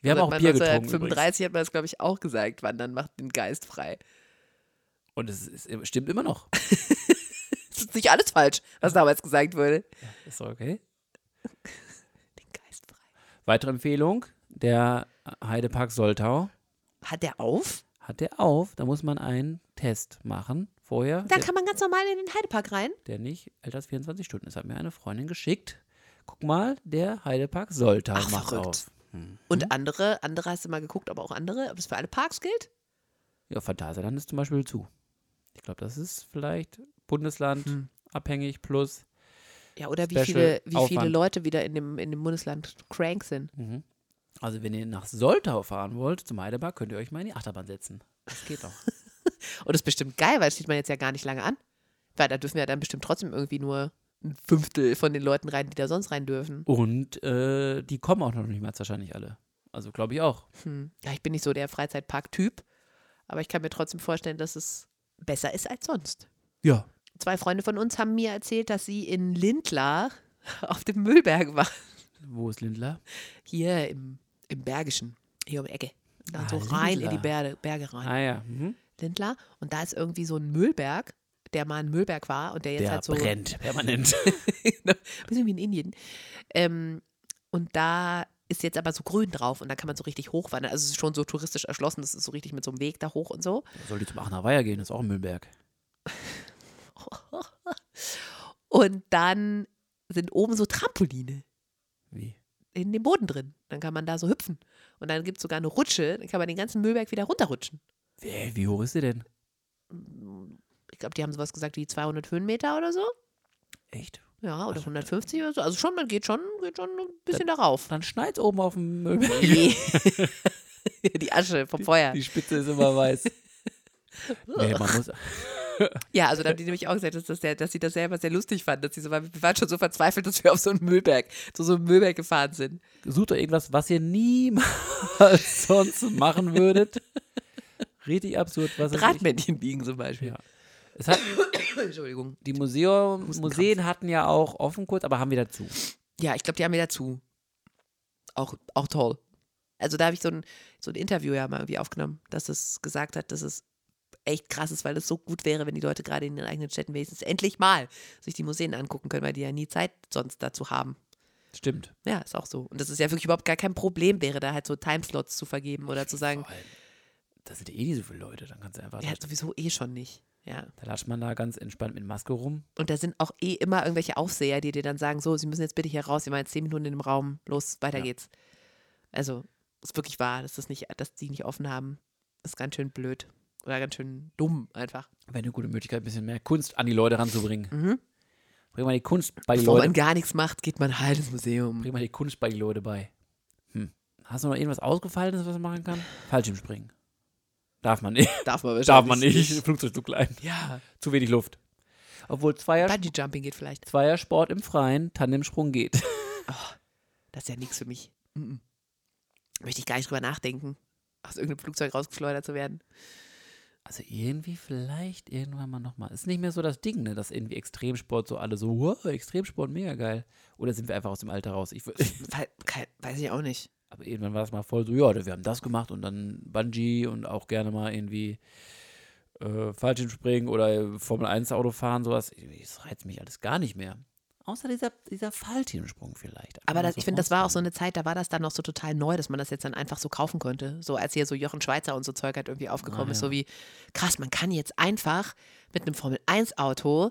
Wir haben
Seit
auch
man
Bier getrunken.
1935
Übrigens.
hat man das, glaube ich, auch gesagt, wandern macht den Geist frei.
Und es ist, äh, stimmt immer noch.
Es ist nicht alles falsch, was damals gesagt wurde.
Ist doch okay.
Den Geist frei.
Weitere Empfehlung, der äh, Heidepark Soltau.
Hat der auf?
hat der auf. Da muss man einen Test machen vorher.
Da
Der,
kann man ganz normal in den Heidepark rein.
der nicht älter als 24 Stunden ist, hat mir eine Freundin geschickt. Guck mal, der Heidepark Soltau
Ach,
macht
verrückt.
auf. Hm.
Und andere, andere hast du mal geguckt, aber auch andere, ob es für alle Parks gilt?
Ja, Phantasialand ist zum Beispiel zu. Ich glaube, das ist vielleicht Bundesland
Hm.
abhängig plus.
Ja, oder wie
Special
viele, wie viele
Aufwand.
Leute wieder in dem, in dem Bundesland crank sind.
Mhm. Also wenn ihr nach Soltau fahren wollt, zum Heidepark, könnt ihr euch mal in die Achterbahn setzen. Das geht doch.
Und das ist bestimmt geil, weil das sieht man jetzt ja gar nicht lange an. Weil da dürfen ja dann bestimmt trotzdem irgendwie nur ein Fünftel von den Leuten rein, die da sonst rein dürfen.
Und äh, die kommen auch noch nicht mal wahrscheinlich alle. Also glaube ich auch.
Hm. Ja, ich bin nicht so der Freizeitpark-Typ, aber ich kann mir trotzdem vorstellen, dass es besser ist als sonst.
Ja.
Zwei Freunde von uns haben mir erzählt, dass sie in Lindlar auf dem Müllberg waren.
Wo ist Lindler?
Hier im, im Bergischen, hier um die Ecke. Und Dann
Ah,
so rein in die
Lindlar.
Berge, Berge rein.
Ah ja. Mhm.
Lindlar. Und da ist irgendwie so ein Müllberg, der mal ein Müllberg war und der jetzt
Der
halt so.
brennt permanent.
bisschen wie in Indien. Ähm, und da ist jetzt aber so grün drauf und da kann man so richtig hochwandern. Also es ist schon so touristisch erschlossen, das ist so richtig mit so einem Weg da hoch und so.
Soll die zum Aachener Weiher gehen, das ist auch ein Müllberg.
Und dann sind oben so Trampoline
Wie?
in dem Boden drin. Dann kann man da so hüpfen. Und dann gibt es sogar eine Rutsche, dann kann man den ganzen Müllberg wieder runterrutschen.
Wie, wie hoch ist sie denn?
Ich glaube, die haben sowas gesagt wie 200 Höhenmeter oder so.
Echt?
Ja, oder
Also,
150 oder so. Also schon, man geht schon, geht schon ein bisschen darauf.
Dann schneit oben auf dem Müllberg.
die Asche vom Feuer.
Die Spitze ist immer weiß. nee, man muss.
Ja, also da haben die nämlich auch gesagt, dass, das sehr, dass sie das selber sehr lustig fanden, dass sie so, waren- wir waren schon so verzweifelt, dass wir auf so einen Müllberg, zu so einem Müllberg gefahren sind.
Sucht doch irgendwas, was ihr niemals sonst machen würdet. Richtig absurd. Was weiß Also ich.
Drahtmännchen liegen zum Beispiel.
Ja. Es hat,
Entschuldigung.
die Museum,
Hustenkrampf.
Museen hatten ja auch offen kurz, aber haben wieder zu.
Ja, ich glaube, die haben mir dazu. Auch, auch toll. Also da habe ich so ein, so ein Interview ja mal irgendwie aufgenommen, dass es gesagt hat, dass es echt krass ist, weil es so gut wäre, wenn die Leute gerade in ihren eigenen Städten wenigstens endlich mal sich die Museen angucken können, weil die ja nie Zeit sonst dazu haben.
Stimmt.
Ja, ist auch so. Und das ist ja wirklich überhaupt gar kein Problem wäre, da halt so Timeslots zu vergeben oder zu sagen,
Vor allem, Das sind eh nicht so viele Leute, dann kannst du einfach.
Ja, sowieso eh schon nicht. Ja.
Da latscht man da ganz entspannt mit Maske rum.
Und da sind auch eh immer irgendwelche Aufseher, die dir dann sagen, so, sie müssen jetzt bitte hier raus, ihr waren jetzt zehn Minuten in dem Raum, los, weiter
Ja.
geht's. Also, ist wirklich wahr, dass das nicht, dass die nicht offen haben, ist ganz schön blöd. Oder ganz schön dumm einfach.
Wäre eine gute Möglichkeit, ein bisschen mehr Kunst an die Leute ranzubringen.
Mhm.
Bring mal die Kunst bei die
Bevor
Leute.
man gar nichts macht, geht man halt ins Museum.
Bring mal die Kunst bei die Leute bei. Hm. Hast du noch irgendwas Ausgefallenes, was man machen kann? Fallschirmspringen. Darf man nicht.
Darf man wahrscheinlich
Darf man nicht. Flugzeug zu klein.
Ja.
Zu wenig Luft. Obwohl Zweier,
Bungee Jumping geht vielleicht.
Zweiersport im Freien, Tandemsprung geht.
das ist ja nichts für mich. Mhm. Möchte ich gar nicht drüber nachdenken, aus irgendeinem Flugzeug rausgeschleudert zu werden.
Also irgendwie vielleicht irgendwann mal nochmal. Ist nicht mehr so das Ding, ne? Dass irgendwie Extremsport so alle so, wow, Extremsport, mega geil. Oder sind wir einfach aus dem Alter raus? Ich, wür-
Weil- kein- Weiß ich auch nicht.
aber irgendwann war das mal voll so, ja, wir haben das gemacht und dann Bungee und auch gerne mal irgendwie äh, Fallschirmspringen oder äh, Formel 1 Auto fahren, sowas. Ich- Das reizt mich alles gar nicht mehr. Außer dieser, dieser Fallschirmsprung vielleicht. Einfach
Aber
mal
das,
so
ich finde, das war auch so
ausfahren.
eine Zeit, da war das dann noch so total neu, dass man das jetzt dann einfach so kaufen konnte. So als hier so Jochen Schweizer und so Zeug halt irgendwie aufgekommen
Ah,
ist.
ja.
So wie, krass, man kann jetzt einfach mit einem Formel-1-Auto,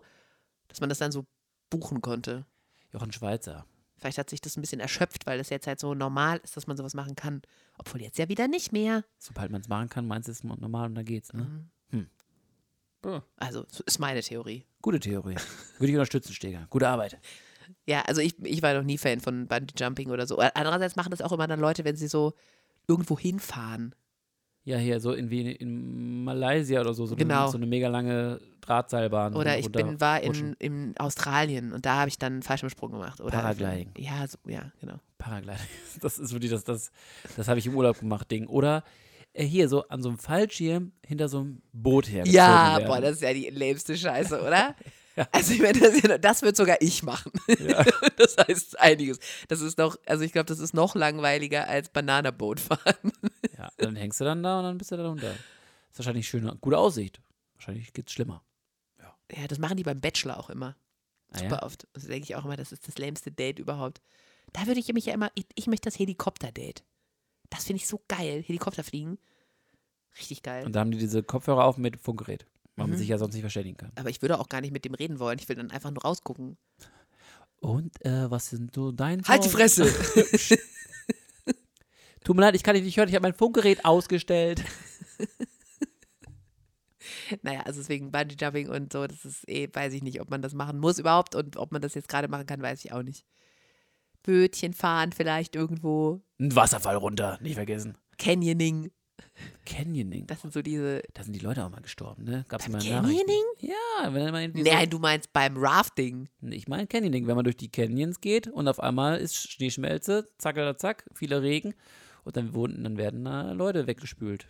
dass man das dann so buchen konnte.
Jochen Schweizer.
Vielleicht hat sich das ein bisschen erschöpft, weil das jetzt halt so normal ist, dass man sowas machen kann. Obwohl jetzt ja wieder nicht mehr.
Sobald man es machen kann, meinst du es ist normal und dann geht's, ne?
Mhm.
Hm. Ja.
Also, so ist meine Theorie.
Gute Theorie. Würde ich unterstützen, Steger. Gute Arbeit.
Ja, also ich, ich war noch nie Fan von Bungee Jumping oder so. Andererseits machen das auch immer dann Leute, wenn sie so irgendwo hinfahren.
Ja, hier so in, wie in Malaysia oder so. So,
Genau.
eine, so eine mega lange Drahtseilbahn.
Oder ich
runter-
bin, war
rutschen.
in, in Australien und da habe ich dann einen Fallschirmsprung gemacht. Oder Also,
Paragliding.
Ja, so, ja, genau.
Paragliding. Das ist wirklich das, das, das habe ich im Urlaub gemacht, Ding. Oder äh, hier so an so einem Fallschirm hinter so einem Boot her.
Ja, boah, das ist ja die lämste Scheiße, oder? Also ich meine, das, das wird sogar ich machen. Das heißt einiges. Das ist noch, also ich glaube, das ist noch langweiliger als Bananaboot fahren.
ja, dann hängst du dann da und dann bist du da runter. Ist wahrscheinlich schöne, gute Aussicht. Wahrscheinlich geht's schlimmer.
Ja, das machen die beim Bachelor auch immer.
Ah,
Super oft. Und da denke ich auch immer, das ist das lämste Date überhaupt. Da würde ich mich ja immer, ich, ich möchte das Helikopter-Date. Das finde ich so geil. Helikopterfliegen. Richtig geil.
ja. Und da haben die diese Kopfhörer auf mit Funkgerät, weil
Mhm.
man sich ja sonst nicht verständigen kann.
Aber ich würde auch gar nicht mit dem reden wollen. Ich will dann einfach nur rausgucken.
Und äh, was sind so dein
Halt die
Sorgen?
Fresse!
Tut mir leid, ich kann dich nicht hören. Ich habe mein Funkgerät ausgestellt.
naja, also deswegen Bungee Jumping und so, das ist eh, weiß ich nicht, ob man das machen muss überhaupt und ob man das jetzt gerade machen kann, weiß ich auch nicht. Bötchen fahren vielleicht irgendwo.
Ein Wasserfall runter, nicht vergessen.
Canyoning.
Canyoning.
Das sind so diese.
Da sind die Leute auch mal gestorben, ne? Gab's
Beim
mal
Canyoning?
Nachrichten. Ja, wenn man irgendwie
Nein, du meinst beim Rafting.
so, ich meine Canyoning, wenn man durch die Canyons geht und auf einmal ist Schneeschmelze, zack oder zack, viele Regen und dann wurden, dann werden da Leute weggespült.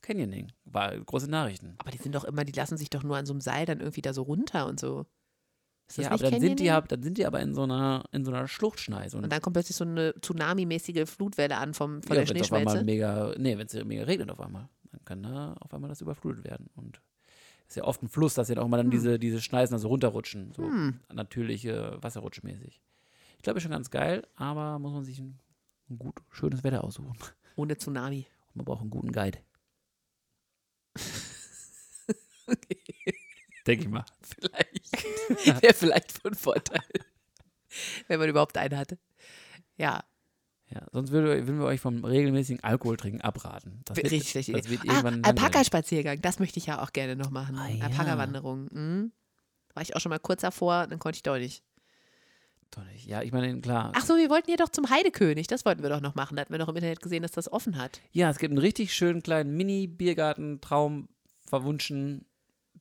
Canyoning, war große Nachrichten.
Aber die sind doch immer, die lassen sich doch nur an so einem Seil dann irgendwie da so runter und so. Ist das
Ja, aber
nicht
dann sind die,
Canyoning?
ab- dann sind die aber in so einer in so einer Schluchtschneise
Und dann kommt plötzlich so eine tsunamimäßige Flutwelle an vom, von
ja,
der
wenn's auf einmal
Schneeschmelze.
mega, nee, wenn es mega regnet auf einmal, dann kann da auf einmal das überflutet werden und ist ja oft ein Fluss, dass ja auch mal
Hm.
dann diese, diese Schneisen also runterrutschen, so natürliche Wasserrutschmäßig. Ich glaube, ist schon ganz geil, aber muss man sich ein, ein gut, schönes Wetter aussuchen.
Ohne Tsunami.
Und man braucht einen guten Guide. Denke ich mal.
vielleicht. Wäre vielleicht von Vorteil. Wenn man überhaupt einen hatte. Ja,
Ja, sonst würde, würden wir euch vom regelmäßigen Alkoholtrinken abraten. Das
wi-
wird,
richtig, richtig.
Das wird
ah,
irgendwann langweilig.
Alpaka-Spaziergang, das möchte ich ja auch gerne noch machen.
Ah, ja.
Alpaka-Wanderung. Mhm. War ich auch schon mal kurz davor, dann konnte ich doch nicht.
Doch nicht. Ja, ich meine, klar.
Ach so, wir wollten ja doch zum Heidekönig, das wollten wir doch noch machen. Da hatten wir doch im Internet gesehen, dass das offen hat.
Ja, es gibt einen richtig schönen kleinen Mini-Biergarten, Traum, verwunschen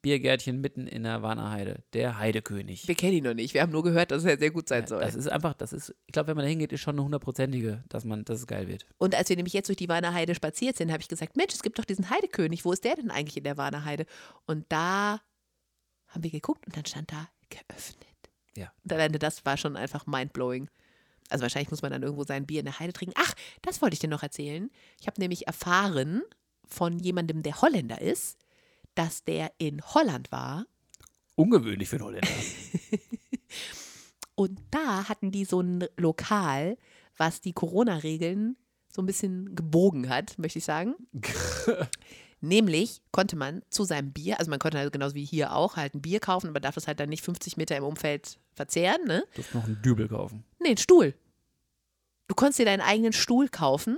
Biergärtchen mitten in der Warner Heide. Der Heidekönig.
Wir kennen ihn noch nicht, wir haben nur gehört, dass er sehr gut sein
Ja,
soll.
das ist einfach, das ist, ich glaube, wenn man da hingeht, ist schon eine hundertprozentige, dass man, dass es geil wird.
Und als wir nämlich jetzt durch die Warner Heide spaziert sind, habe ich gesagt, Mensch, es gibt doch diesen Heidekönig, wo ist der denn eigentlich in der Warner Heide? Und da haben wir geguckt und dann stand da geöffnet.
Ja.
Und alleine das war schon einfach mindblowing. Also wahrscheinlich muss man dann irgendwo sein Bier in der Heide trinken. Ach, das wollte ich dir noch erzählen. Ich habe nämlich erfahren von jemandem, der Holländer ist, dass der in Holland war
Ungewöhnlich für einen Holländer.
Und da hatten die so ein Lokal, was die Corona-Regeln so ein bisschen gebogen hat, möchte ich sagen. Nämlich konnte man zu seinem Bier, also man konnte halt genauso wie hier auch halt ein Bier kaufen, aber darf das halt dann nicht 50 Meter im Umfeld verzehren, ne?
Du musst noch einen Dübel kaufen.
Nee, einen Stuhl. Du konntest dir deinen eigenen Stuhl kaufen,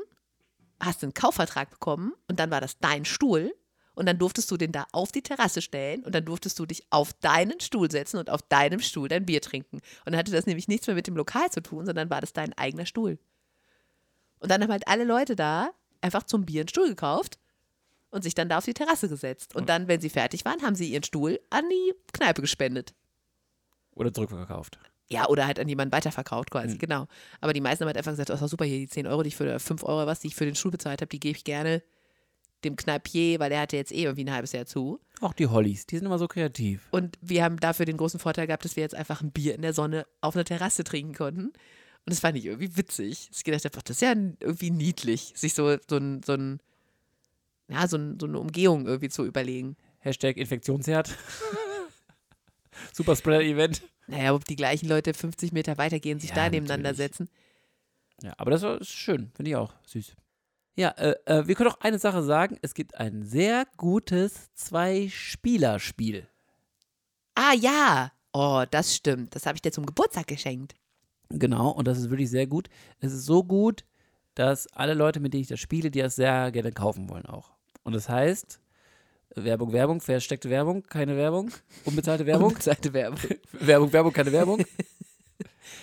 hast einen Kaufvertrag bekommen und dann war das dein Stuhl und dann durftest du den da auf die Terrasse stellen und dann durftest du dich auf deinen Stuhl setzen und auf deinem Stuhl dein Bier trinken. Und dann hatte das nämlich nichts mehr mit dem Lokal zu tun, sondern war das dein eigener Stuhl. Und dann haben halt alle Leute da einfach zum Bier einen Stuhl gekauft und sich dann da auf die Terrasse gesetzt. Und dann, wenn sie fertig waren, haben sie ihren Stuhl an die Kneipe gespendet.
Oder zurückverkauft.
Ja, oder halt an jemanden weiterverkauft
Hm.
quasi, genau. Aber die meisten haben halt einfach gesagt, oh, ist doch super, hier die 10 Euro, die ich für oder 5 Euro was, die ich für den Schuh bezahlt habe, die gebe ich gerne dem Kneipier, weil der hatte jetzt eh irgendwie ein halbes Jahr zu.
Auch die Hollies, die sind immer so kreativ.
Und wir haben dafür den großen Vorteil gehabt, dass wir jetzt einfach ein Bier in der Sonne auf einer Terrasse trinken konnten. Und das fand ich irgendwie witzig. Dass ich gedacht habe, ach, das ist ja n- irgendwie niedlich, sich so, so, ein, so, ein, ja, so, ein, so eine Umgehung irgendwie zu überlegen.
Hashtag Infektionsherd. Super Spreader-Event.
Naja, ob die gleichen Leute 50 Meter weitergehen, sich
Ja,
da nebeneinander
natürlich.
setzen.
Ja, aber das war ist schön, finde ich auch süß. Ja, äh, äh, wir können auch eine Sache sagen. Es gibt ein sehr gutes Zwei-Spieler-Spiel.
Ah ja, oh, das stimmt. Das habe ich dir zum Geburtstag geschenkt.
Genau, und das ist wirklich sehr gut. Es ist so gut, dass alle Leute, mit denen ich das spiele, die das sehr gerne kaufen wollen auch. Und das heißt, Werbung, Werbung, versteckte Werbung, keine Werbung, unbezahlte Werbung,
Unbezahlte Werbung.
Werbung, Werbung, keine Werbung.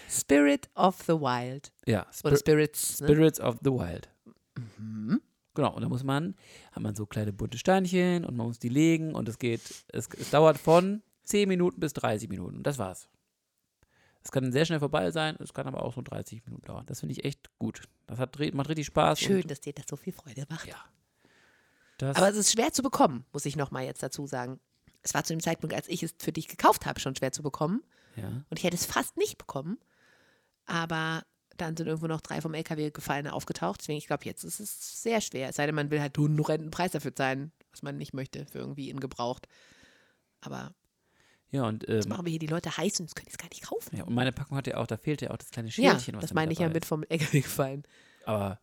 Spirit of the Wild.
Ja, Spir
Oder Spirits. Ne? Mhm.
Spirits of the Wild. Genau, und da muss man, hat man so kleine bunte Steinchen und man muss die legen und es geht, es, es dauert von 10 Minuten bis 30 Minuten. Das war's. Es kann sehr schnell vorbei sein, es kann aber auch so 30 Minuten dauern. Das finde ich echt gut. Das hat, ri- macht richtig Spaß.
Schön,
Und
dass dir das so viel Freude macht.
Ja. das,
Aber es ist schwer zu bekommen, muss ich nochmal jetzt dazu sagen. Es war zu dem Zeitpunkt, als ich es für dich gekauft habe, schon schwer zu bekommen.
ja.
Und ich hätte es fast nicht bekommen. Aber dann sind irgendwo noch drei vom LKW gefallene aufgetaucht. Deswegen, ich glaube, jetzt ist es sehr schwer. Es sei denn, man will halt nur noch einen Preis dafür zahlen, was man nicht möchte, für irgendwie in Gebraucht. Aber
ja, und,
jetzt
ähm,
machen wir hier die Leute heiß und das können die es gar nicht kaufen.
ja, und meine Packung hatte ja auch, da fehlte ja auch das kleine
Ja,
Schälchen. was
das
da
meine ich ja
dabei
mit vom LKW gefallen.
ist. Aber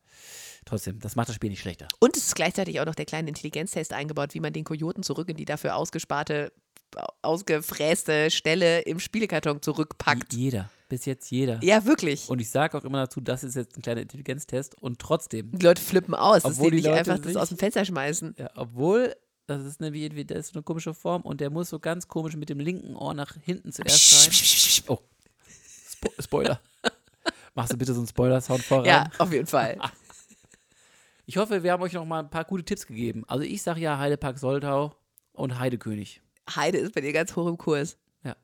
trotzdem, das macht das Spiel nicht schlechter.
Und es ist gleichzeitig auch noch der kleine Intelligenztest eingebaut, wie man den Kojoten zurück in die dafür ausgesparte, ausgefräste Stelle im Spielekarton zurückpackt.
J- Jeder, bis jetzt jeder.
Ja, wirklich.
Und ich sage auch immer dazu, das ist jetzt ein kleiner Intelligenztest und trotzdem
die Leute flippen aus, dass
Obwohl
sie
die
nicht
Leute
einfach das
sich-
aus dem Fenster schmeißen.
Ja, obwohl, das ist eine, wie, wie- das ist eine komische Form und der muss so ganz komisch mit dem linken Ohr nach hinten zuerst rein. Oh, Spo Spoiler. Machst du bitte so einen Spoiler-Sound voran?
Ja, auf jeden Fall.
Ich hoffe, wir haben euch noch mal ein paar gute Tipps gegeben. Also ich sage ja Heidepark Soltau und Heidekönig.
Heide ist bei dir ganz hoch im Kurs.
Ja.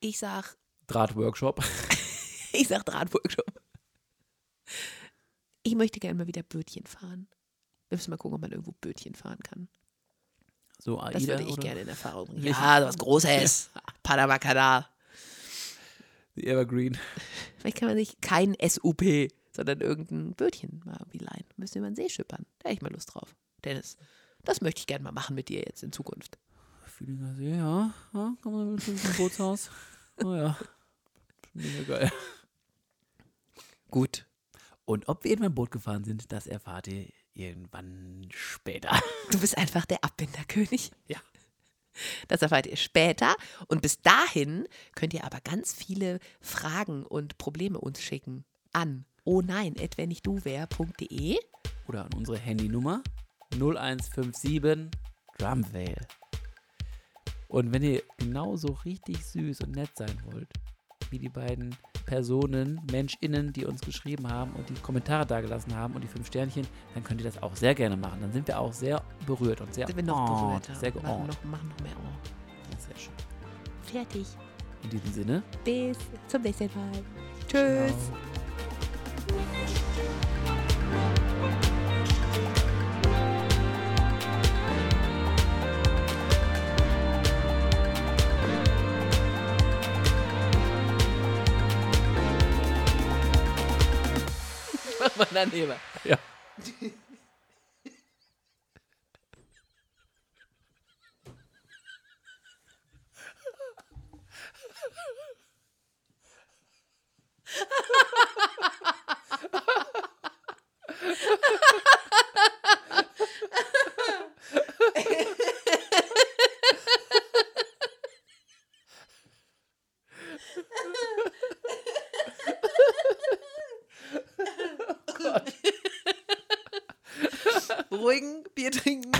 Ich sag,
Drahtworkshop.
ich sag Drahtworkshop. Ich möchte gerne mal wieder Bötchen fahren. Wir müssen mal gucken, ob man irgendwo Bötchen fahren kann.
So, AIDA,
Das würde ich
oder?
gerne in Erfahrung bringen.
Nicht-
Ja, was Großes. Panama-Kanal.
The Evergreen.
Vielleicht kann man sich kein SUP, sondern irgendein Bötchen mal irgendwie leihen. Müssen wir mal einen See schippern. Da hätte ich mal Lust drauf. Dennis, das möchte ich gerne mal machen mit dir jetzt in Zukunft.
Fühlinger See, ja. ja kann man mit dem Bootshaus. Naja. Mega geil.
Gut.
Und ob wir in meinem Boot gefahren sind, das erfahrt ihr irgendwann später.
Du bist einfach der Abbinderkönig.
Ja.
Das erfahrt ihr später. Und bis dahin könnt ihr aber ganz viele Fragen und Probleme uns schicken. An oh nein, wär.de.
oder an unsere Handynummer 0157 Drumvale. Und wenn ihr genauso richtig süß und nett sein wollt, wie die beiden Personen, MenschInnen, die uns geschrieben haben und die Kommentare dagelassen haben und die fünf Sternchen, dann könnt ihr das auch sehr gerne machen. Dann sind wir auch sehr berührt und sehr
Sind wir noch
oh,
berührter.
Sehr
machen,
geordnet.
noch, machen noch mehr oh.
Sehr schön.
Fertig.
In diesem Sinne.
Bis zum nächsten Mal. Tschüss.
ciao.
Mach mal dann lieber.
Ja.
Beruhigen, Bier trinken.